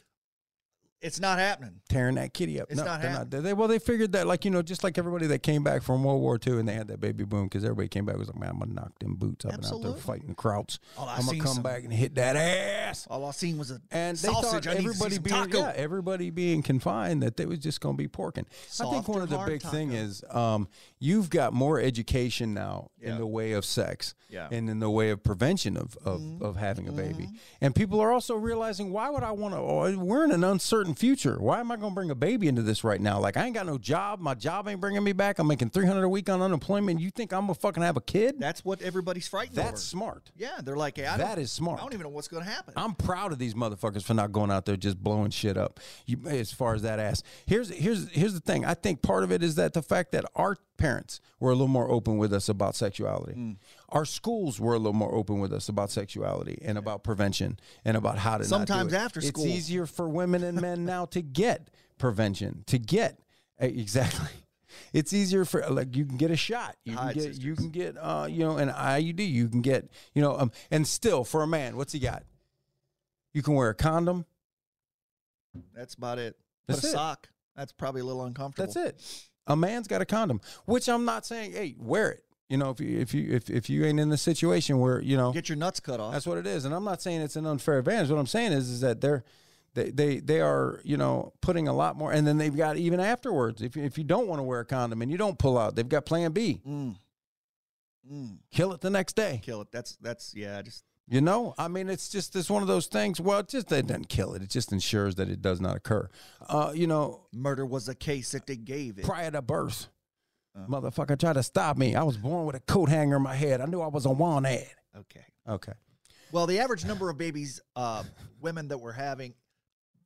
S2: It's not happening.
S1: tearing that kitty up.
S2: It's
S1: no,
S2: not
S1: they're
S2: happening.
S1: not. They, well, they figured that, like you know, just like everybody that came back from World War II and they had that baby boom, because everybody came back was like, man, I'm gonna knock them boots up and out
S2: Absolutely.
S1: there fighting krauts.
S2: All I
S1: I'm gonna
S2: seen
S1: come
S2: some-
S1: back and hit that ass.
S2: All I seen was a
S1: And they
S2: sausage.
S1: thought
S2: I need to see
S1: everybody
S2: some
S1: being
S2: taco.
S1: yeah, everybody being confined that they was just gonna be porking. I think
S2: Soft
S1: one
S2: or
S1: of the
S2: hard
S1: big thing
S2: taco?
S1: is um, you've got more education now
S2: Yeah.
S1: in the way of sex
S2: Yeah. Mm-hmm.
S1: and in the way of prevention of of, of having a baby. And people are also realizing why would I want to? Oh, we're in an uncertain future. Why am I going to bring a baby into this right now? Like I ain't got no job. My job ain't bringing me back. I'm making three hundred a week on unemployment. You think I'm gonna fucking have a kid?
S2: That's what everybody's frightened
S1: That's smart.
S2: over. Yeah, they're like, hey, I
S1: That
S2: don't,
S1: is smart.
S2: I don't even know what's going to happen.
S1: I'm proud of these motherfuckers for not going out there just blowing shit up. You, as far as that ass, here's here's here's the thing. I think part of it is that the fact that our parents were a little more open with us about sexuality.
S2: Hmm.
S1: Our schools were a little more open with us about sexuality and about prevention and about how to not do
S2: Sometimes
S1: it.
S2: after school.
S1: It's easier for women and men now to get prevention to get eh, exactly. It's easier for like you can get a shot. You can
S2: Hide
S1: get
S2: sisters.
S1: you can get uh you know an IUD. You can get you know um and still for a man, what's he got? You can wear a condom.
S2: That's about it.
S1: That's
S2: Put a
S1: it.
S2: sock. That's probably a little uncomfortable.
S1: That's it. A man's got a condom, which I'm not saying. Hey, wear it. You know, if you if you if, if you ain't in the situation where you know
S2: Get your nuts cut off.
S1: that's what it is, and I'm not saying it's an unfair advantage. What I'm saying is is that they're they they they are you know putting a lot more, and then they've got even afterwards. If you- if you don't want to wear a condom and you don't pull out, they've got Plan B.
S2: Mm. Mm.
S1: Kill it the next day.
S2: Kill it. That's that's yeah. Just
S1: You know, I mean, it's just it's one of those things. Well, it just it doesn't kill it. It just ensures that it does not occur. Uh, you know,
S2: murder was a case that they gave it.
S1: prior to birth.
S2: Uh.
S1: Motherfucker tried to stop me. I was born with a coat hanger in my head. I knew I was a one ad.
S2: Okay.
S1: Okay.
S2: Well, the average number of babies, uh, women that were having,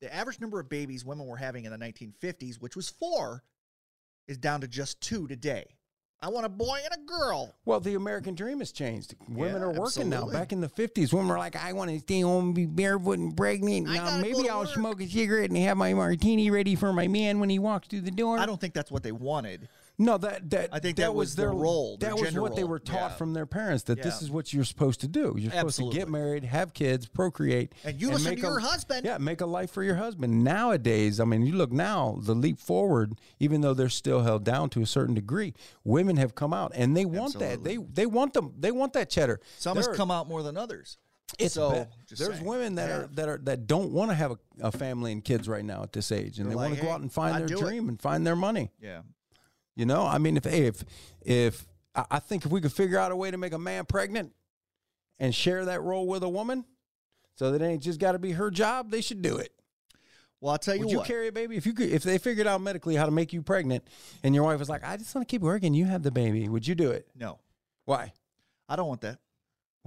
S2: the average number of babies women were having in the 1950s, which was four, is down to just two today. I want a boy and a girl.
S1: Well, the American dream has changed. Women
S2: Yeah,
S1: are working
S2: absolutely.
S1: now. Back in the fifties, women were like, "I want to stay home, and be barefoot and pregnant.
S2: I
S1: Now
S2: gotta go
S1: maybe
S2: to
S1: I'll
S2: work."
S1: smoke a cigarette and have my martini ready for my man when he walks through the door."
S2: I don't think that's what they wanted.
S1: No, that that
S2: I think that was their role, their
S1: That was
S2: gender
S1: what they
S2: role.
S1: were taught
S2: Yeah.
S1: from their parents that this
S2: Yeah.
S1: is what you're supposed to do. You're supposed to
S2: Absolutely.
S1: get married, have kids, procreate,
S2: And you listen
S1: make
S2: to your
S1: a-
S2: husband.
S1: Yeah, make a life for your husband. Nowadays, I mean, you look now, the leap forward, even though they're still held down to a certain degree, women have come out and they want
S2: Absolutely.
S1: that. They they want them. They want that cheddar.
S2: Some
S1: There
S2: has
S1: are-
S2: come out more than others.
S1: it's
S2: so
S1: bad.
S2: just
S1: there's
S2: saying.
S1: women that
S2: Yeah.
S1: are that are that don't want to have a, a family and kids right now at this age, and
S2: They're
S1: they
S2: like,
S1: want to
S2: "Hey,
S1: go out and find
S2: I
S1: their
S2: do it."
S1: dream and find their money.
S2: Yeah.
S1: You know, I mean, if hey, if if I I think if we could figure out a way to make a man pregnant and share that role with a woman, so that it ain't just got to be her job, they should do it.
S2: Well, I'll tell you
S1: Would you
S2: what.
S1: carry a baby if you could? If they figured out medically how to make you pregnant, and your wife was like, "I just want to keep working, you have the baby," would you do it?
S2: no, (laughs)
S1: Why?
S2: I don't want that.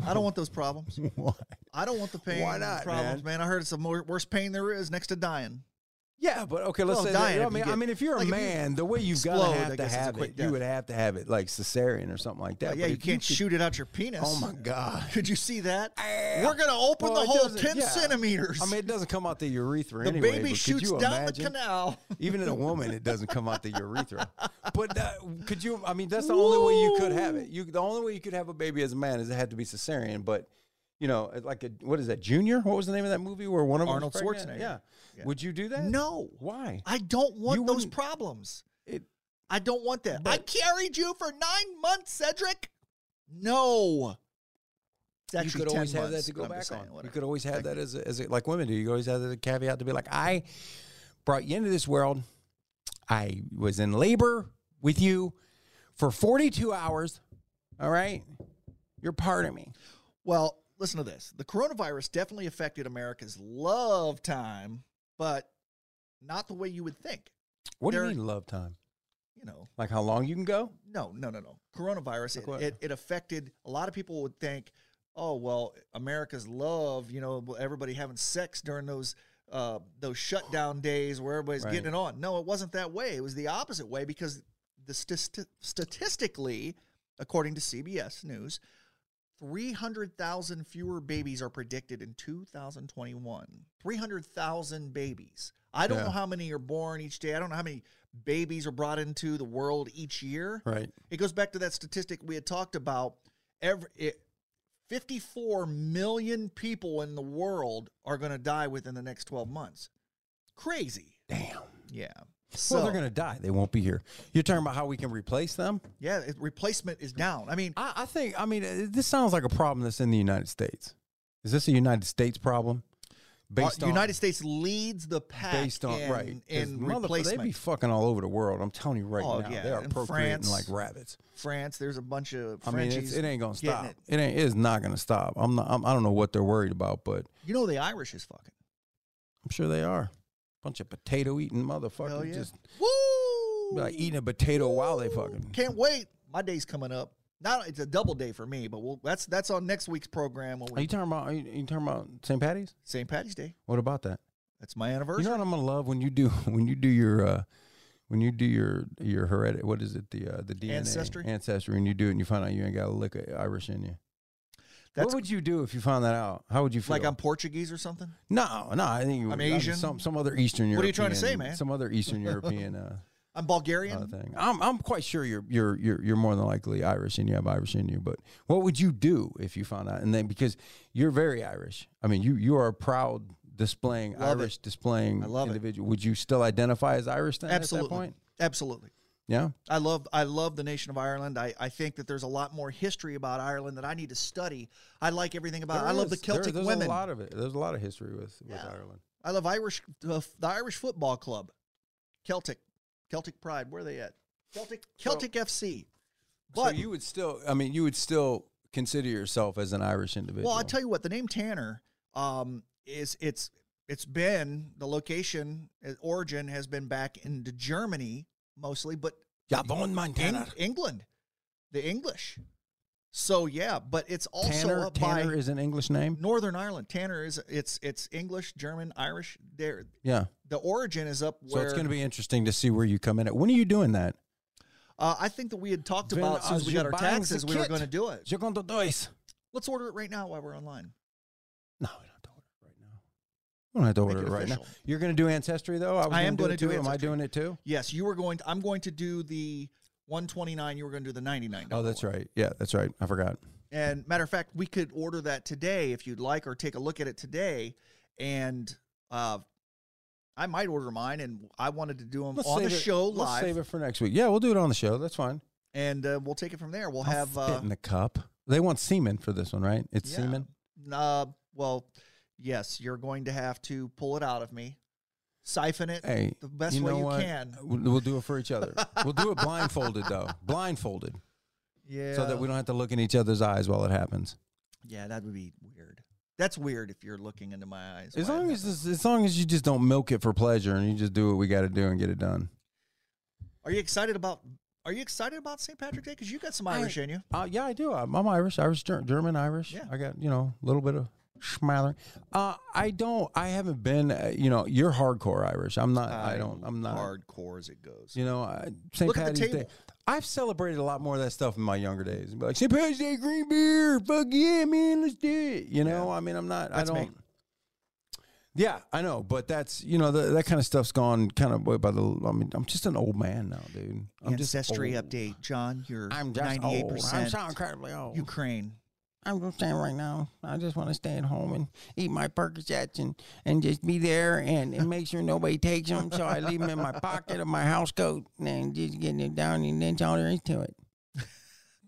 S2: I don't want those problems.
S1: Why?
S2: I don't want the
S1: (laughs)
S2: pain.
S1: Why
S2: and the
S1: not,
S2: problems, man? I heard it's the more, worst pain there is next to dying.
S1: Yeah, but okay, let's
S2: Well,
S1: say. That,
S2: dying
S1: I
S2: if you
S1: mean, I
S2: get-
S1: mean, if you're
S2: like,
S1: a
S2: if you
S1: man, the way you've got to
S2: explode, I
S1: have to
S2: guess it's a
S1: have
S2: quick
S1: it,
S2: death.
S1: you would have to have it like cesarean or something like that.
S2: But yeah,
S1: But
S2: you
S1: if
S2: can't
S1: could-
S2: shoot it out your penis.
S1: Oh my god.
S2: Could you see that?
S1: Ah.
S2: We're gonna open
S1: Well,
S2: the
S1: it
S2: whole
S1: doesn't-
S2: ten
S1: yeah.
S2: centimeters.
S1: I mean, it doesn't come out the urethra
S2: the
S1: anyway. but
S2: baby
S1: could
S2: shoots
S1: you
S2: down
S1: imagine?
S2: the
S1: (laughs)
S2: canal.
S1: Even in a woman, it doesn't come out the
S2: (laughs)
S1: urethra. But that, could you? I mean, that's the only way you could have it. You, the only way you could have a baby as a man is it had to be cesarean. But you know, like a what is that? Junior? What was the name of that movie where one of 'em was
S2: Arnold
S1: pregnant?
S2: Schwarzenegger.
S1: Yeah.
S2: Yeah.
S1: Would you do that?
S2: No,
S1: Why?
S2: I don't want
S1: You
S2: those
S1: wouldn't-
S2: problems.
S1: It-
S2: I don't want that. I
S1: But-
S2: carried you for nine months, Cedric. No. It's
S1: you
S2: actually
S1: could
S2: 10
S1: always have that
S2: months,
S1: to
S2: but
S1: go
S2: I'm
S1: back
S2: just saying,
S1: on. You
S2: whatever.
S1: could always have that as a, as a, like women do. You always have the caveat to be like, I brought you into this world. I was in labor with you for 42 hours. All right, you're part of me.
S2: Well, listen to this. The coronavirus definitely affected America's love time, but not the way you would think.
S1: What do
S2: There-
S1: you mean love time?
S2: You know,
S1: Like how long you can go?
S2: No, no, no, no. Coronavirus,
S1: Like
S2: it,
S1: what?
S2: it, it affected a lot of people would think, oh, well, America's love, you know, everybody having sex during those uh, those shutdown days where everybody's getting
S1: Right.
S2: it on. No, it wasn't that way. It was the opposite way because the statist- statistically, according to CBS News, 300,000 fewer babies are predicted in 2021. 300,000 babies. I don't
S1: Yeah.
S2: know how many are born each day. I don't know how many babies are brought into the world each year.
S1: Right.
S2: It goes back to that statistic we had talked about. Every it, 54 million people in the world are going to die within the next 12 months. Crazy.
S1: Damn.
S2: Yeah. So
S1: Well, they're going to die. They won't be here. You're talking about how we can replace them?
S2: yeah, it- replacement is down. I mean,
S1: I, I think, I mean, uh, this sounds like a problem that's in the United States. Is this a United States problem?
S2: uh,
S1: Based on,
S2: United States leads the pack
S1: based on
S2: in,
S1: right
S2: in
S1: They'd
S2: replacement.
S1: be fucking all over the world. I'm telling you right
S2: Oh,
S1: now,
S2: yeah,
S1: they are
S2: in
S1: procreating
S2: France,
S1: like rabbits.
S2: France, there's a bunch of
S1: I mean, it's,
S2: Frenchies.
S1: it ain't gonna
S2: getting
S1: stop. It.
S2: it.
S1: ain't. It's not gonna stop. I'm not. I'm, I don't know what they're worried about, but
S2: you know the Irish is fucking.
S1: I'm sure they are. Bunch of potato eating
S2: Hell
S1: motherfuckers
S2: yeah.
S1: just
S2: Woo!
S1: like eating a potato while they fucking.
S2: Can't wait. My day's coming up. Not it's a double day for me, but we'll, that's that's on next week's program. When
S1: Are
S2: we,
S1: you talking about? Are you, are you talking about St. Patty's?
S2: St. Patty's Day.
S1: What about that?
S2: That's my
S1: You
S2: anniversary.
S1: know what I'm gonna love when you do (laughs) when you do your uh, when you do your your heredit. What is it? The uh, the DNA
S2: Ancestry?
S1: ancestry, and you do it, and you find out you ain't got a lick of Irish in you.
S2: that's
S1: what would you do if you found that out? How would you feel?
S2: like I'm Portuguese or something.
S1: no, no. I think you
S2: I'm
S1: I mean,
S2: Asian?
S1: Some some other Eastern European.
S2: What are you trying to say, man?
S1: Some other Eastern European
S2: (laughs)
S1: uh,
S2: I'm
S1: uh,
S2: Bulgarian.
S1: thing. I'm I'm quite sure you're you're you're you're more than likely Irish and you have Irish in you. But what would you do if you found out? And then because you're very Irish. I mean, you you are a proud displaying
S2: Love it.
S1: Irish displaying
S2: I love it.
S1: individual. Would you still identify as Irish then at that
S2: Absolutely.
S1: point?
S2: Absolutely.
S1: Yeah.
S2: I love I love the nation of Ireland. I, I think that there's a lot more history about Ireland that I need to study. I like everything about.
S1: There
S2: I love
S1: is.
S2: the
S1: There-
S2: Celtic
S1: there's
S2: women.
S1: a lot of it. There's a lot of history with, with
S2: Yeah.
S1: Ireland.
S2: I love Irish uh, f- the Irish football club, Celtic, Celtic pride. Where are they at? Celtic Celtic FC. But
S1: so you would still I mean you would still consider yourself as an Irish individual.
S2: Well, I'll tell you what, the name Tanner um, is it's it's been the location uh, origin has been back into Germany mostly, but
S1: Yvonne
S2: Eng-
S1: Montana.
S2: England, the English. So yeah, but it's also
S1: Tanner,
S2: up by
S1: Tanner is an English name.
S2: Northern Ireland. Tanner is it's it's English, German, Irish. There,
S1: Yeah.
S2: the origin is up
S1: So
S2: where.
S1: it's going to be interesting to see where you come in at. When are you doing that?
S2: uh, I think that we had talked
S1: Then
S2: about as soon as
S1: as
S2: we
S1: you
S2: got our
S1: buy
S2: taxes,
S1: the
S2: we were
S1: kit.
S2: going to do it.
S1: Second dice.
S2: Let's order it right now while we're online.
S1: No, we don't have to order it right now. We don't have to
S2: Make
S1: order
S2: it
S1: it right now.
S2: official.
S1: You're going to do ancestry though. I, was
S2: I
S1: gonna
S2: am
S1: do
S2: gonna
S1: it
S2: do
S1: too. Am I
S2: Ancestry.
S1: doing it too?
S2: Yes, you were going. To, I'm going to do the 129. You were going to do the 99.
S1: Oh, that's right. Yeah, that's right. I forgot.
S2: And matter of fact, we could order that today if you'd like, or take a look at it today. And uh, I might order mine, and I wanted to do them
S1: Let's
S2: on the
S1: save it.
S2: show
S1: Let's save
S2: live,
S1: it for next week. Yeah, we'll do it on the show. That's fine.
S2: and uh, we'll take it from there. We'll
S1: I'll
S2: have
S1: fit
S2: uh,
S1: in the cup. They want semen for this one, right? It's
S2: yeah.
S1: semen.
S2: Uh, well, yes, you're going to have to pull it out of me, siphon it
S1: Hey,
S2: the best
S1: you
S2: way
S1: know
S2: you
S1: what?
S2: can.
S1: We'll, we'll do it for each
S2: (laughs)
S1: other. we'll do it blindfolded though, blindfolded,
S2: Yeah,
S1: so that we don't have to look in each other's eyes while it happens.
S2: yeah, that would be weird. That's weird if you're looking into my eyes.
S1: As
S2: while
S1: long
S2: I'm-
S1: as this, as long as you just don't milk it for pleasure and you just do what we got to do and get it done.
S2: Are you excited about? Are you excited about St. Patrick's Day? Because you got some
S1: I-
S2: Irish in you.
S1: Uh, yeah, I do. I'm, I'm Irish, Irish, Ger- German, Irish.
S2: Yeah.
S1: I got you know a little bit of schmaller. Uh, I don't. I haven't been. Uh, you know, you're hardcore Irish. I'm not. I, don't. I'm not.
S2: hardcore as it goes.
S1: You know, I, St.
S2: Look at the
S1: Patty's Day.
S2: table.
S1: I've celebrated a lot more of that stuff in my younger days. Be like St. Patty's Day, green beer, fuck yeah, man, let's do it. You know, I mean, I'm not.
S2: That's
S1: I
S2: me.
S1: don't. Yeah, I know, but that's you know the, that kind of stuff's gone kind of by the. I mean, I'm just an old man now, dude. I'm
S2: Ancestry
S1: just old.
S2: update, John. You're
S1: I'm just
S2: ninety-eight
S1: old. I'm
S2: percent
S1: so incredibly old.
S2: Ukraine.
S1: I'm just saying right now, I just want to stay at home and eat my Percocets and, and just be there and, and make sure nobody takes them. So I leave them in my pocket of my house coat and just get it down and that's all there is to it.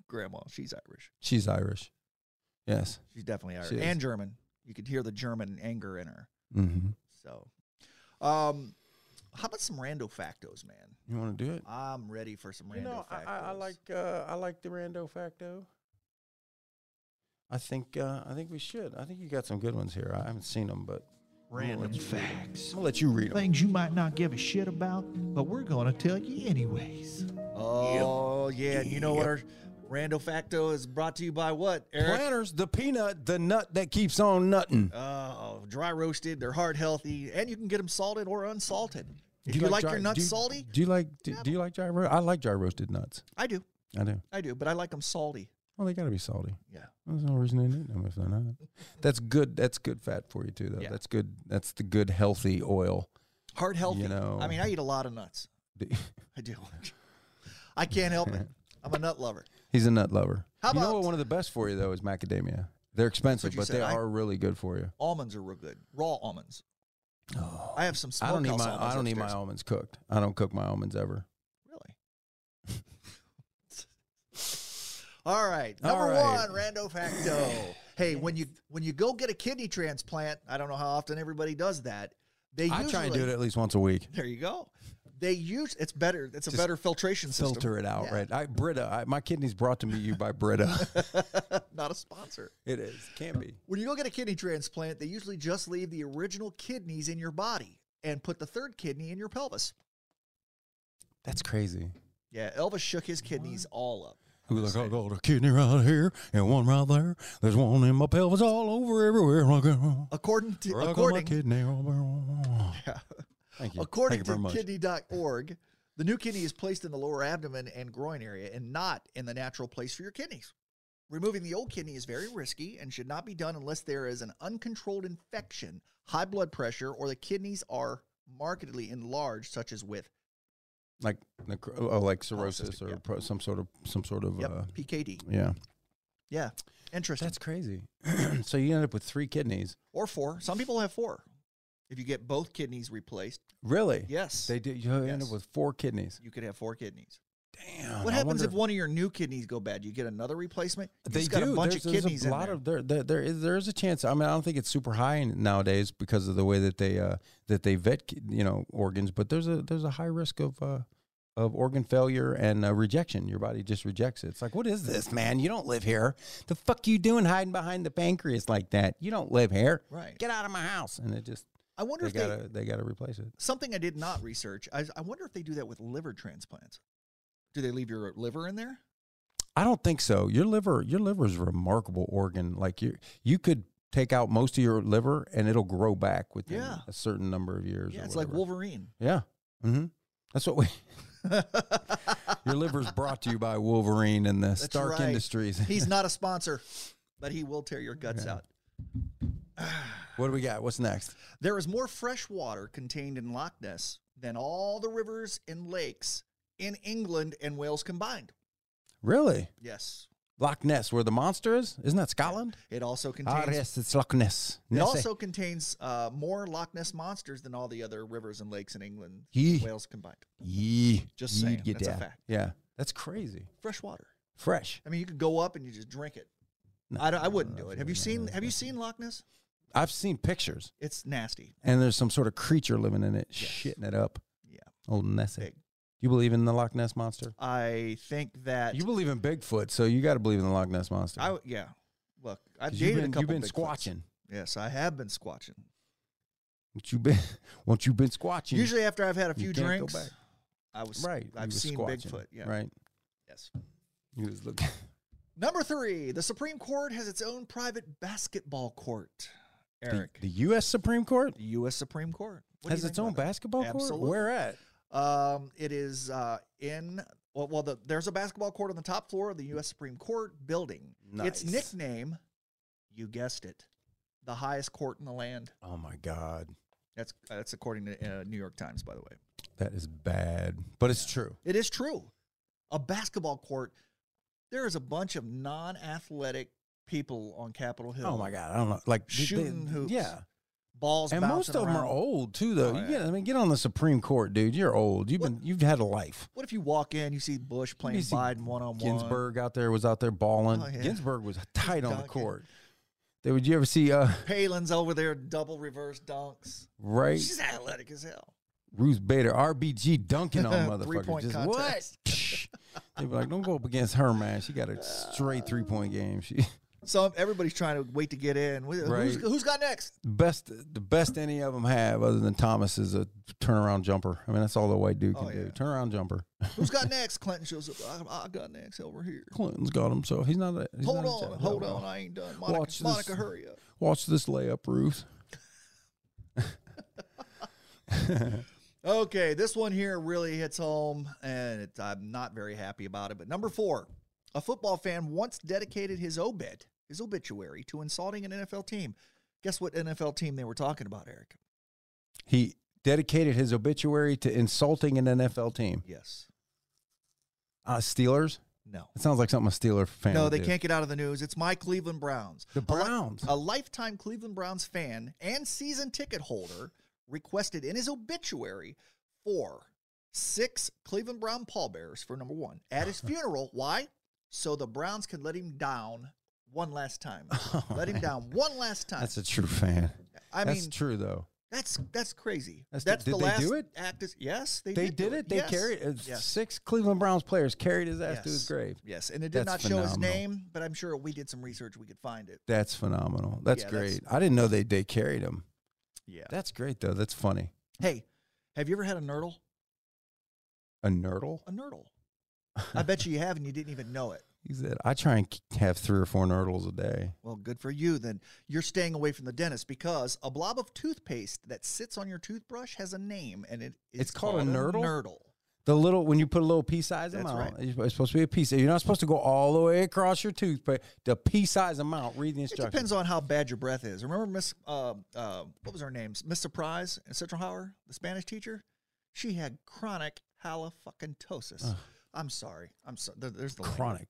S2: Grandma, she's Irish.
S1: She's Irish. Yes.
S2: She's definitely Irish
S1: She is.
S2: and German. You could hear the German anger in her.
S1: Mm-hmm.
S2: So, um, how about some rando factos, man?
S1: You want to do it?
S2: I'm ready for some rando factos.
S1: uh, I like the rando facto. I think uh, I think we should. I think you got some good ones here. I haven't seen them, but
S3: Random facts.
S1: gonna let you read 'em.
S3: Things you might not give a shit about, but we're going to tell you anyways.
S2: Oh yeah, and you know what? Our rando facto is brought to you by what, Eric?
S1: Planters, the peanut, the nut that keeps on nutting.
S2: Oh, dry roasted. They're heart healthy, and you can get them salted or unsalted. If you, like, your
S1: dry-
S2: nuts
S1: do you-
S2: salty,
S1: Do you like do, do you like dry roasted? I like dry roasted nuts.
S2: I do,
S1: I do.
S2: I do, but I like them salty.
S1: Well, they got to be salty.
S2: Yeah.
S1: There's no reason to eat them if they're not. That's good. That's good fat for you too, though.
S2: Yeah.
S1: That's good. That's the good healthy oil. (laughs)
S2: Heart healthy.
S1: You know.
S2: I mean, I eat a lot of nuts. I do. (laughs) I can't
S1: (laughs)
S2: help it. I'm a nut lover.
S1: He's a nut lover.
S2: How
S1: you know
S2: about-
S1: what? One of the best for you though is macadamia. They're expensive,
S2: you
S1: but
S2: said.
S1: they
S2: I-
S1: are really good for you.
S2: Almonds are real good. Raw almonds.
S1: Oh.
S2: I have some
S1: I
S2: smokehouse
S1: don't need my
S2: almonds
S1: I don't need my
S2: upstairs.
S1: almonds cooked. I don't cook my almonds ever.
S2: Really? (laughs) All right.
S1: All
S2: Number
S1: right.
S2: one, rando facto.
S1: (laughs)
S2: hey, when you when you go get a kidney transplant, I don't know how often everybody does that. They
S1: I
S2: usually,
S1: try and do it at least once a week.
S2: (laughs) There you go. They use it's better. It's a
S1: Just
S2: better filtration system.
S1: Filter it out,
S2: Yeah.
S1: right? I Brita. I, my kidneys brought to me you by
S2: (laughs)
S1: Brita.
S2: Not a sponsor.
S1: it is can be.
S2: When you go get a kidney transplant, they usually just leave the original kidneys in your body and put the third kidney in your pelvis.
S1: That's crazy.
S2: Yeah, Elvis shook his kidneys all up.
S1: Who like I got a kidney right here and one right there. There's one in my pelvis all over everywhere. Rock and
S2: According to
S1: roll. Rock on my
S2: (laughs) according
S1: kidney. Thank you.
S2: According
S1: Thank you very
S2: to
S1: much.
S2: kidney.org, the new kidney is placed in the lower abdomen and groin area and not in the natural place for your kidneys. Removing the old kidney is very risky and should not be done unless there is an uncontrolled infection, high blood pressure, or the kidneys are markedly enlarged, such as with
S1: like necro- oh, like
S2: Polycystic,
S1: cirrhosis or
S2: yeah.
S1: pro- some sort of some sort of
S2: yep,
S1: uh,
S2: PKD.
S1: yeah.
S2: Yeah, interesting.
S1: That's crazy. (clears throat) so you end up with three kidneys.
S2: or four. Some people have four. If you get both kidneys replaced,
S1: Really?
S2: yes,
S1: They do. You end
S2: Yes.
S1: up with four kidneys.
S2: you could have four kidneys.
S1: Damn. Uh,
S2: What
S1: I
S2: happens
S1: wonder
S2: if one of your new kidneys go bad? You get another replacement. You
S1: They
S2: just got
S1: do.
S2: a bunch
S1: there's,
S2: of
S1: there's
S2: kidneys
S1: a
S2: in
S1: lot
S2: there.
S1: of there, there. There is there is a chance. I mean, I don't think it's super high nowadays because of the way that they uh, that they vet ki- you know organs. But there's a there's a high risk of uh, of organ failure and uh, rejection. Your body just rejects it. It's like, what is this, man? You don't live here. The fuck you doing hiding behind the pancreas like that? You don't live here.
S2: Right.
S1: Get out of my house. And it just
S2: I wonder
S1: they
S2: if they
S1: gotta they gotta replace it.
S2: something I did not research. I, I wonder if they do that with liver transplants. Do they leave your liver in there?
S1: I don't think so. Your liver, your liver is a remarkable organ. Like you, you could take out most of your liver and it'll grow back within
S2: Yeah.
S1: a certain number of years.
S2: yeah,
S1: or
S2: it's like
S1: whatever. (laughs)
S2: Wolverine.
S1: Yeah. Mm-hmm. That's what we. (laughs) your liver's brought to you by Wolverine and the Stark
S2: right.
S1: Industries.
S2: He's not a sponsor, but he will tear your guts out.
S1: (laughs) what do we got? What's next?
S2: There is more fresh water contained in Loch Ness than all the rivers and lakes in England and Wales combined.
S1: Really,
S2: Yes.
S1: Loch Ness, where the monster is? Isn't that Scotland?
S2: It also
S1: Ah,
S2: contains
S1: yes, it's Loch Ness.
S2: it
S1: Nessie.
S2: also contains uh, more Loch Ness monsters than all the other rivers and lakes in England
S1: Yee.
S2: and Wales combined.
S1: Yee.
S2: Just
S1: Yee'd
S2: saying,
S1: get
S2: that's a
S1: that.
S2: fact.
S1: Yeah, that's crazy.
S2: Fresh water.
S1: Fresh.
S2: I mean, you could go up and you just drink it.
S1: No,
S2: I, don't- I wouldn't
S1: no,
S2: do
S1: no,
S2: it. Have you
S1: no,
S2: seen
S1: no,
S2: Have
S1: no.
S2: you seen Loch Ness?
S1: I've seen pictures.
S2: It's nasty.
S1: and there's some sort of creature living in it,
S2: Yes.
S1: shitting it up.
S2: Yeah.
S1: Old Nessie.
S2: Big.
S1: You believe in the Loch Ness monster?
S2: I think that
S1: You believe in Bigfoot, so you got to believe in the Loch Ness monster.
S2: I w- yeah. Look, I've
S1: 'Cause
S2: dated
S1: you've been,
S2: a couple.
S1: You've been
S2: Bigfoots.
S1: squatching.
S2: Yes, I have been squatching.
S1: Once you been, (laughs) once you been squatching,
S2: Usually after I've had a few
S1: can't go
S2: drinks,
S1: back.
S2: I was
S1: right? you
S2: I've
S1: was
S2: seen
S1: squatching,
S2: Bigfoot. Yeah.
S1: Right.
S2: Yes.
S1: You was (laughs) looking.
S2: Number three, the Supreme Court has its own private basketball court.
S1: The,
S2: Eric,
S1: the U.S. Supreme Court
S2: the U.S. Supreme Court What do
S1: has
S2: you
S1: its
S2: think
S1: own
S2: about that?
S1: basketball
S2: Absolutely.
S1: court. Where at?
S2: Um, it is uh, in well, well the, there's a basketball court on the top floor of the U.S. Supreme Court building. Its
S1: Nice.
S2: nickname, you guessed it, the highest court in the land.
S1: Oh my God,
S2: That's that's according to uh, New York Times, by the way.
S1: that is bad, but it's true.
S2: It is true. A basketball court. There is a bunch of non-athletic people on Capitol Hill.
S1: Oh my God, I don't know. Like they- they-
S2: Shooting hoops.
S1: Yeah.
S2: Balls
S1: and most
S2: bouncing
S1: of them are
S2: around.
S1: old too, though.
S2: Oh,
S1: you
S2: yeah.
S1: get, I mean, get on the Supreme Court, dude. You're old. You've
S2: What-
S1: been, you've had a life.
S2: What if you walk in, you see Bush playing
S1: You see
S2: Biden one on one?
S1: Ginsburg out there was out there balling.
S2: Oh, yeah.
S1: Ginsburg
S2: (laughs)
S1: was tight on the
S2: dunking.
S1: court. They would you ever see uh
S2: Palin's over there, double reverse dunks.
S1: right
S2: She's athletic as hell.
S1: Ruth Bader RBG
S2: (laughs)
S1: dunking on (laughs) motherfuckers?
S2: Three-point
S1: Just
S2: (laughs) contest.
S1: what? They'd be like, don't go up against her, man. She got a
S2: Uh.
S1: straight three point game. She (laughs)
S2: So everybody's trying to wait to get in. Wh- Who's,
S1: Right.
S2: who's got next?
S1: best the best any of them have other than Thomas is a turnaround jumper. I mean, that's all the white dude can
S2: Oh, yeah.
S1: do. Turnaround jumper.
S2: Who's got next? Clinton shows up. I, I got next over here.
S1: Clinton's got himself. He's not. A, he's
S2: Hold
S1: not a
S2: on,
S1: jack-
S2: hold
S1: no, no.
S2: on. I ain't done. Monica,
S1: Watch this.
S2: Monica hurry up.
S1: Watch this layup, Ruth.
S2: Okay, this one here really hits home, and it, I'm not very happy about it. But number four, a football fan once dedicated his obit, his obituary, to insulting an NFL team. Guess what NFL team they were talking about, Eric?
S1: He dedicated his obituary to insulting an NFL team.
S2: Yes.
S1: Uh, Steelers.
S2: No.
S1: It sounds like something a Steeler fan.
S2: No,
S1: would
S2: they
S1: do.
S2: can't get out of the news. It's my Cleveland Browns.
S1: The
S2: A li-
S1: Browns.
S2: A, lifetime Cleveland Browns fan and season ticket holder requested in his obituary for six Cleveland Brown pallbearers for number one
S1: (laughs)
S2: at his funeral. Why? So the Browns can let him down one
S1: (laughs)
S2: last time. let him down one last time.
S1: That's a true fan.
S2: I
S1: That's
S2: mean,
S1: true though.
S2: that's that's crazy.
S1: That's
S2: That's,
S1: the-
S2: the,
S1: did they
S2: last
S1: do it?
S2: act. Is, yes, they,
S1: They
S2: did, do
S1: did it. They
S2: Yes.
S1: carried uh,
S2: Yes.
S1: six Cleveland Browns players carried his ass to his
S2: Yes.
S1: grave.
S2: Yes, and it did
S1: That's
S2: not show his
S1: phenomenal.
S2: name, but I'm sure we did some research. We could find it.
S1: That's phenomenal. That's
S2: Yeah,
S1: great.
S2: that's-
S1: I didn't know they they carried him.
S2: Yeah.
S1: That's great though. That's funny.
S2: Hey, have you ever had a nurdle?
S1: A nurdle.
S2: A nurdle. I bet you you have, and you didn't even know it.
S1: He said, "I try and k- have three or four nurdles a day."
S2: Well, good for you. Then you're staying away from the dentist because a blob of toothpaste that sits on your toothbrush has a name, and it is
S1: It's called a nurdle?
S2: Nurdle.
S1: The little when you put a little pea size
S2: That's
S1: amount,
S2: right.
S1: it's supposed to be a piece. You're not supposed to go all the way across your tooth, but the pea size amount. Read the
S2: It
S1: instructions.
S2: depends on how bad your breath is. Remember Miss uh, uh, what was her name? Miss Surprise in Central Howard, the Spanish teacher. She had chronic halofuckintosis. I'm sorry. I'm sorry. There, there's the language.
S1: chronic.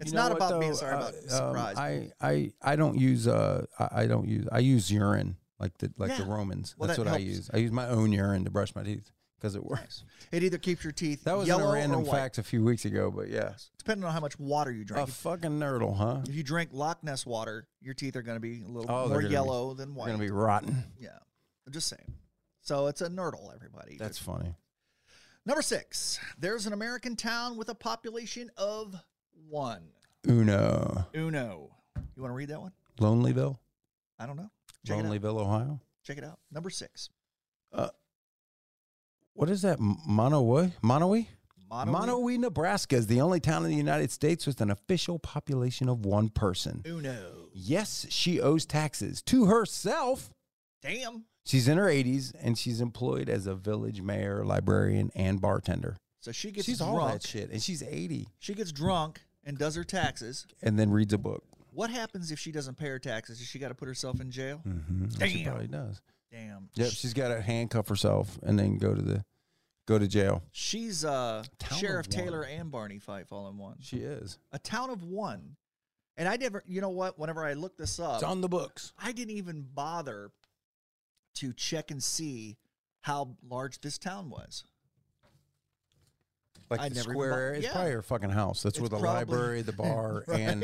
S2: It's
S1: You know
S2: not
S1: what,
S2: about being
S1: though?
S2: sorry about
S1: Uh, um,
S2: surprise.
S1: I, I I don't use uh I, I don't use I use urine like the like the
S2: Yeah.
S1: Romans.
S2: Well,
S1: That's
S2: that
S1: what I
S2: helps.
S1: use. I use my own urine to brush my teeth because it works.
S2: it either keeps your teeth
S1: That was in
S2: yellow
S1: a
S2: or
S1: random
S2: white,
S1: fact a few weeks ago, but yeah,
S2: depending on how much water you
S1: a
S2: drink. If-
S1: fucking nurdle, huh?
S2: if you drink Loch Ness water, your teeth are going to be a little
S1: Oh, they're
S2: more
S1: gonna be-
S2: yellow than
S1: You're
S2: white.
S1: gonna be rotten.
S2: yeah, I'm just saying. So it's a nurdle, everybody.
S1: That's funny.
S2: number six. There's an American town with a population of one.
S1: Uno,
S2: Uno. You want to read that one?
S1: Lonelyville,
S2: I don't know. Check it out.
S1: Lonelyville, Ohio.
S2: Check it out. Number six.
S1: Uh, what is that? M- Monowi, Monowi,
S2: Mono.
S1: Monowi, Nebraska is the only town in the United States with an official population of one person.
S2: Uno.
S1: Yes, she owes taxes to herself.
S2: Damn.
S1: She's in her 80s and she's employed as a village mayor, librarian, and bartender.
S2: So she gets
S1: she's
S2: drunk.
S1: all that shit, and she's 80,
S2: She gets drunk and does her taxes.
S1: and then reads a book.
S2: What happens if she doesn't pay her taxes? Does she got to put herself in jail?
S1: Mm-hmm. She
S2: Damn.
S1: probably does.
S2: Damn.
S1: Yep, she's got to handcuff herself and then go to the go to jail.
S2: She's uh,
S1: Town of
S2: Sheriff Taylor
S1: one.
S2: and Barney Fife all in one.
S1: She is.
S2: A town of one. And I never, you know what? Whenever I looked this
S1: It's
S2: up,
S1: on the books.
S2: I didn't even bother to check and see how large this town was.
S1: Like
S2: I
S1: the
S2: never even
S1: square
S2: bought-
S1: area. It's
S2: yeah.
S1: probably her fucking house. That's
S2: It's
S1: where the
S2: probably-
S1: library,
S2: (laughs)
S1: the bar, and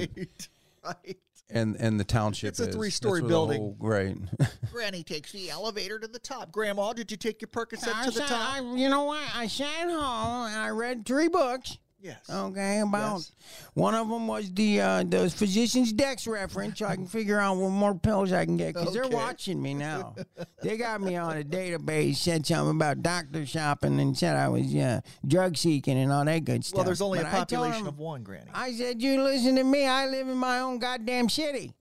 S2: Right, right.
S1: and and the township.
S2: It's a
S1: is.
S2: three-story
S1: That's where the
S2: building.
S1: whole- Right. (laughs)
S2: Granny takes the elevator to the top. Grandma, did you take your Percocet to the top?
S1: you know what? I sat home and I read three books.
S2: yes.
S1: Okay, about
S2: Yes.
S1: one of them was the uh, the physician's dex reference, so I can figure out what more pills I can get because they're
S2: Okay.
S1: watching
S2: (laughs)
S1: me now. they got me on a database, said something about doctor shopping, and said I was uh, drug seeking and all that good stuff.
S2: Well, there's only
S1: But
S2: a
S1: I told
S2: population
S1: them-
S2: of one, Granny.
S1: I said, "You listen to me. I live in my own goddamn
S2: (laughs)
S1: city.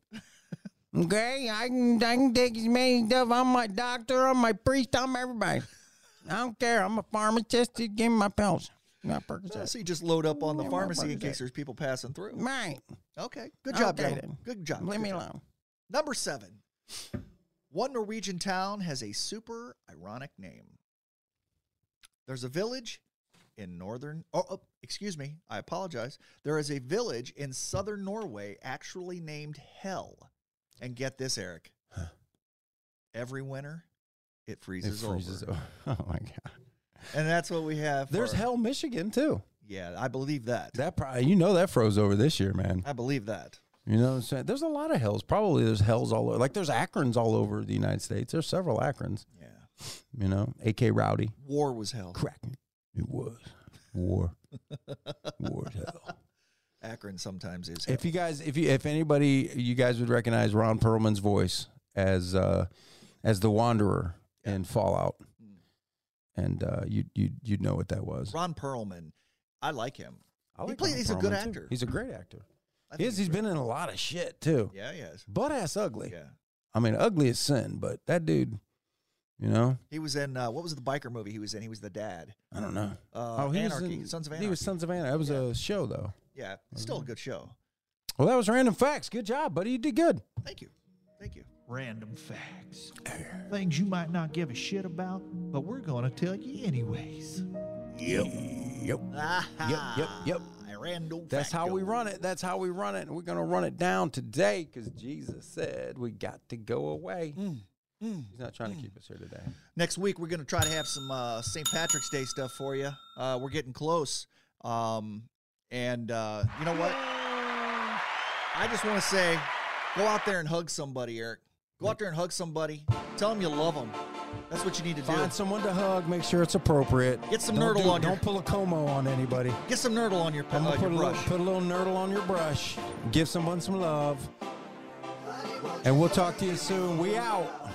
S1: Okay, I can I can take as many stuff. I'm my doctor. I'm my priest. I'm everybody. I don't care. I'm a pharmacist. Just give me my pills, not
S2: Uh,
S1: Percocet.
S2: so you just load up on the
S1: Yeah, my
S2: pharmacy in
S1: Percocet.
S2: case there's people passing through.
S1: Right.
S2: Okay. Good job,
S1: Okay,
S2: Granny.
S1: then.
S2: Good job.
S1: Leave
S2: Good
S1: me
S2: job.
S1: alone.
S2: Number seven. One Norwegian town has a super ironic name. There's a village in northern. Oh, oh, excuse me. I apologize. There is a village in southern Norway actually named Hell. And get this, Eric. Every winter, it freezes, over.
S1: (laughs) Oh my god.
S2: And that's what we have.
S1: There's
S2: for-
S1: Hell, Michigan too.
S2: Yeah, I believe that.
S1: That probably you know that froze over this year, man.
S2: I believe that.
S1: You know what I'm saying? There's a lot of Hells. Probably there's Hells all over. Like there's Akrons all over the United States. There's several Akrons.
S2: Yeah.
S1: You know, AK Rowdy.
S2: War was hell.
S1: cracking. It was (laughs) war, war as hell.
S2: Akron sometimes is. Hell.
S1: If you guys, if you, if anybody, you guys would recognize Ron Perlman's voice as uh, as the Wanderer in Fallout, and uh, you you you'd know what that was.
S2: Hmm. Ron Perlman, I like him.
S1: I
S2: He played-
S1: Ron
S2: he's a good
S1: Perlman, too.
S2: actor.
S1: He's a great actor.
S2: I
S1: He
S2: think
S1: is. He's been in a lot of shit too.
S2: Yeah, he is.
S1: Butt ass ugly.
S2: Yeah.
S1: I mean, ugly is sin, but that dude, you know,
S2: He was in uh, what was the biker movie he was in? He was the dad.
S1: I don't know.
S2: Uh, Anarchy, Sons of Anarchy.
S1: He Oh, was Oh. Sons of Anarchy. That was a show though.
S2: yeah, it's still a good show.
S1: Well, that was random facts. Good job, buddy. You did good.
S2: Thank you, thank you.
S3: Random facts. Things you might not give a shit about, but we're going to tell you anyways.
S1: Yep. Yep.
S2: Ah-ha,
S1: yep.
S2: Random.
S1: That's how we
S2: facto.
S1: run it. That's how we
S2: Mm.
S1: run it. And we're going to run it down today because Jesus said we got to go away. He's not trying to keep us here today.
S2: Next week, we're going to try to have some uh, St. Patrick's Day stuff for you. Uh, we're getting close. Um, and uh, you know what? I just want to say go out there and hug somebody, Eric. Go out there and hug somebody. Tell them you love them. That's what you need to do.
S1: Find someone to hug. Make sure it's appropriate.
S2: Get some
S1: Don't
S2: nurdle
S1: do-
S2: on your-
S1: Don't pull a Como on anybody.
S2: Get some nurdle on your, pe-
S1: I'm
S2: uh,
S1: gonna
S2: your
S1: put a, little,
S2: brush.
S1: put a little nurdle on your brush. Give someone some love. And we'll talk to you soon. We out.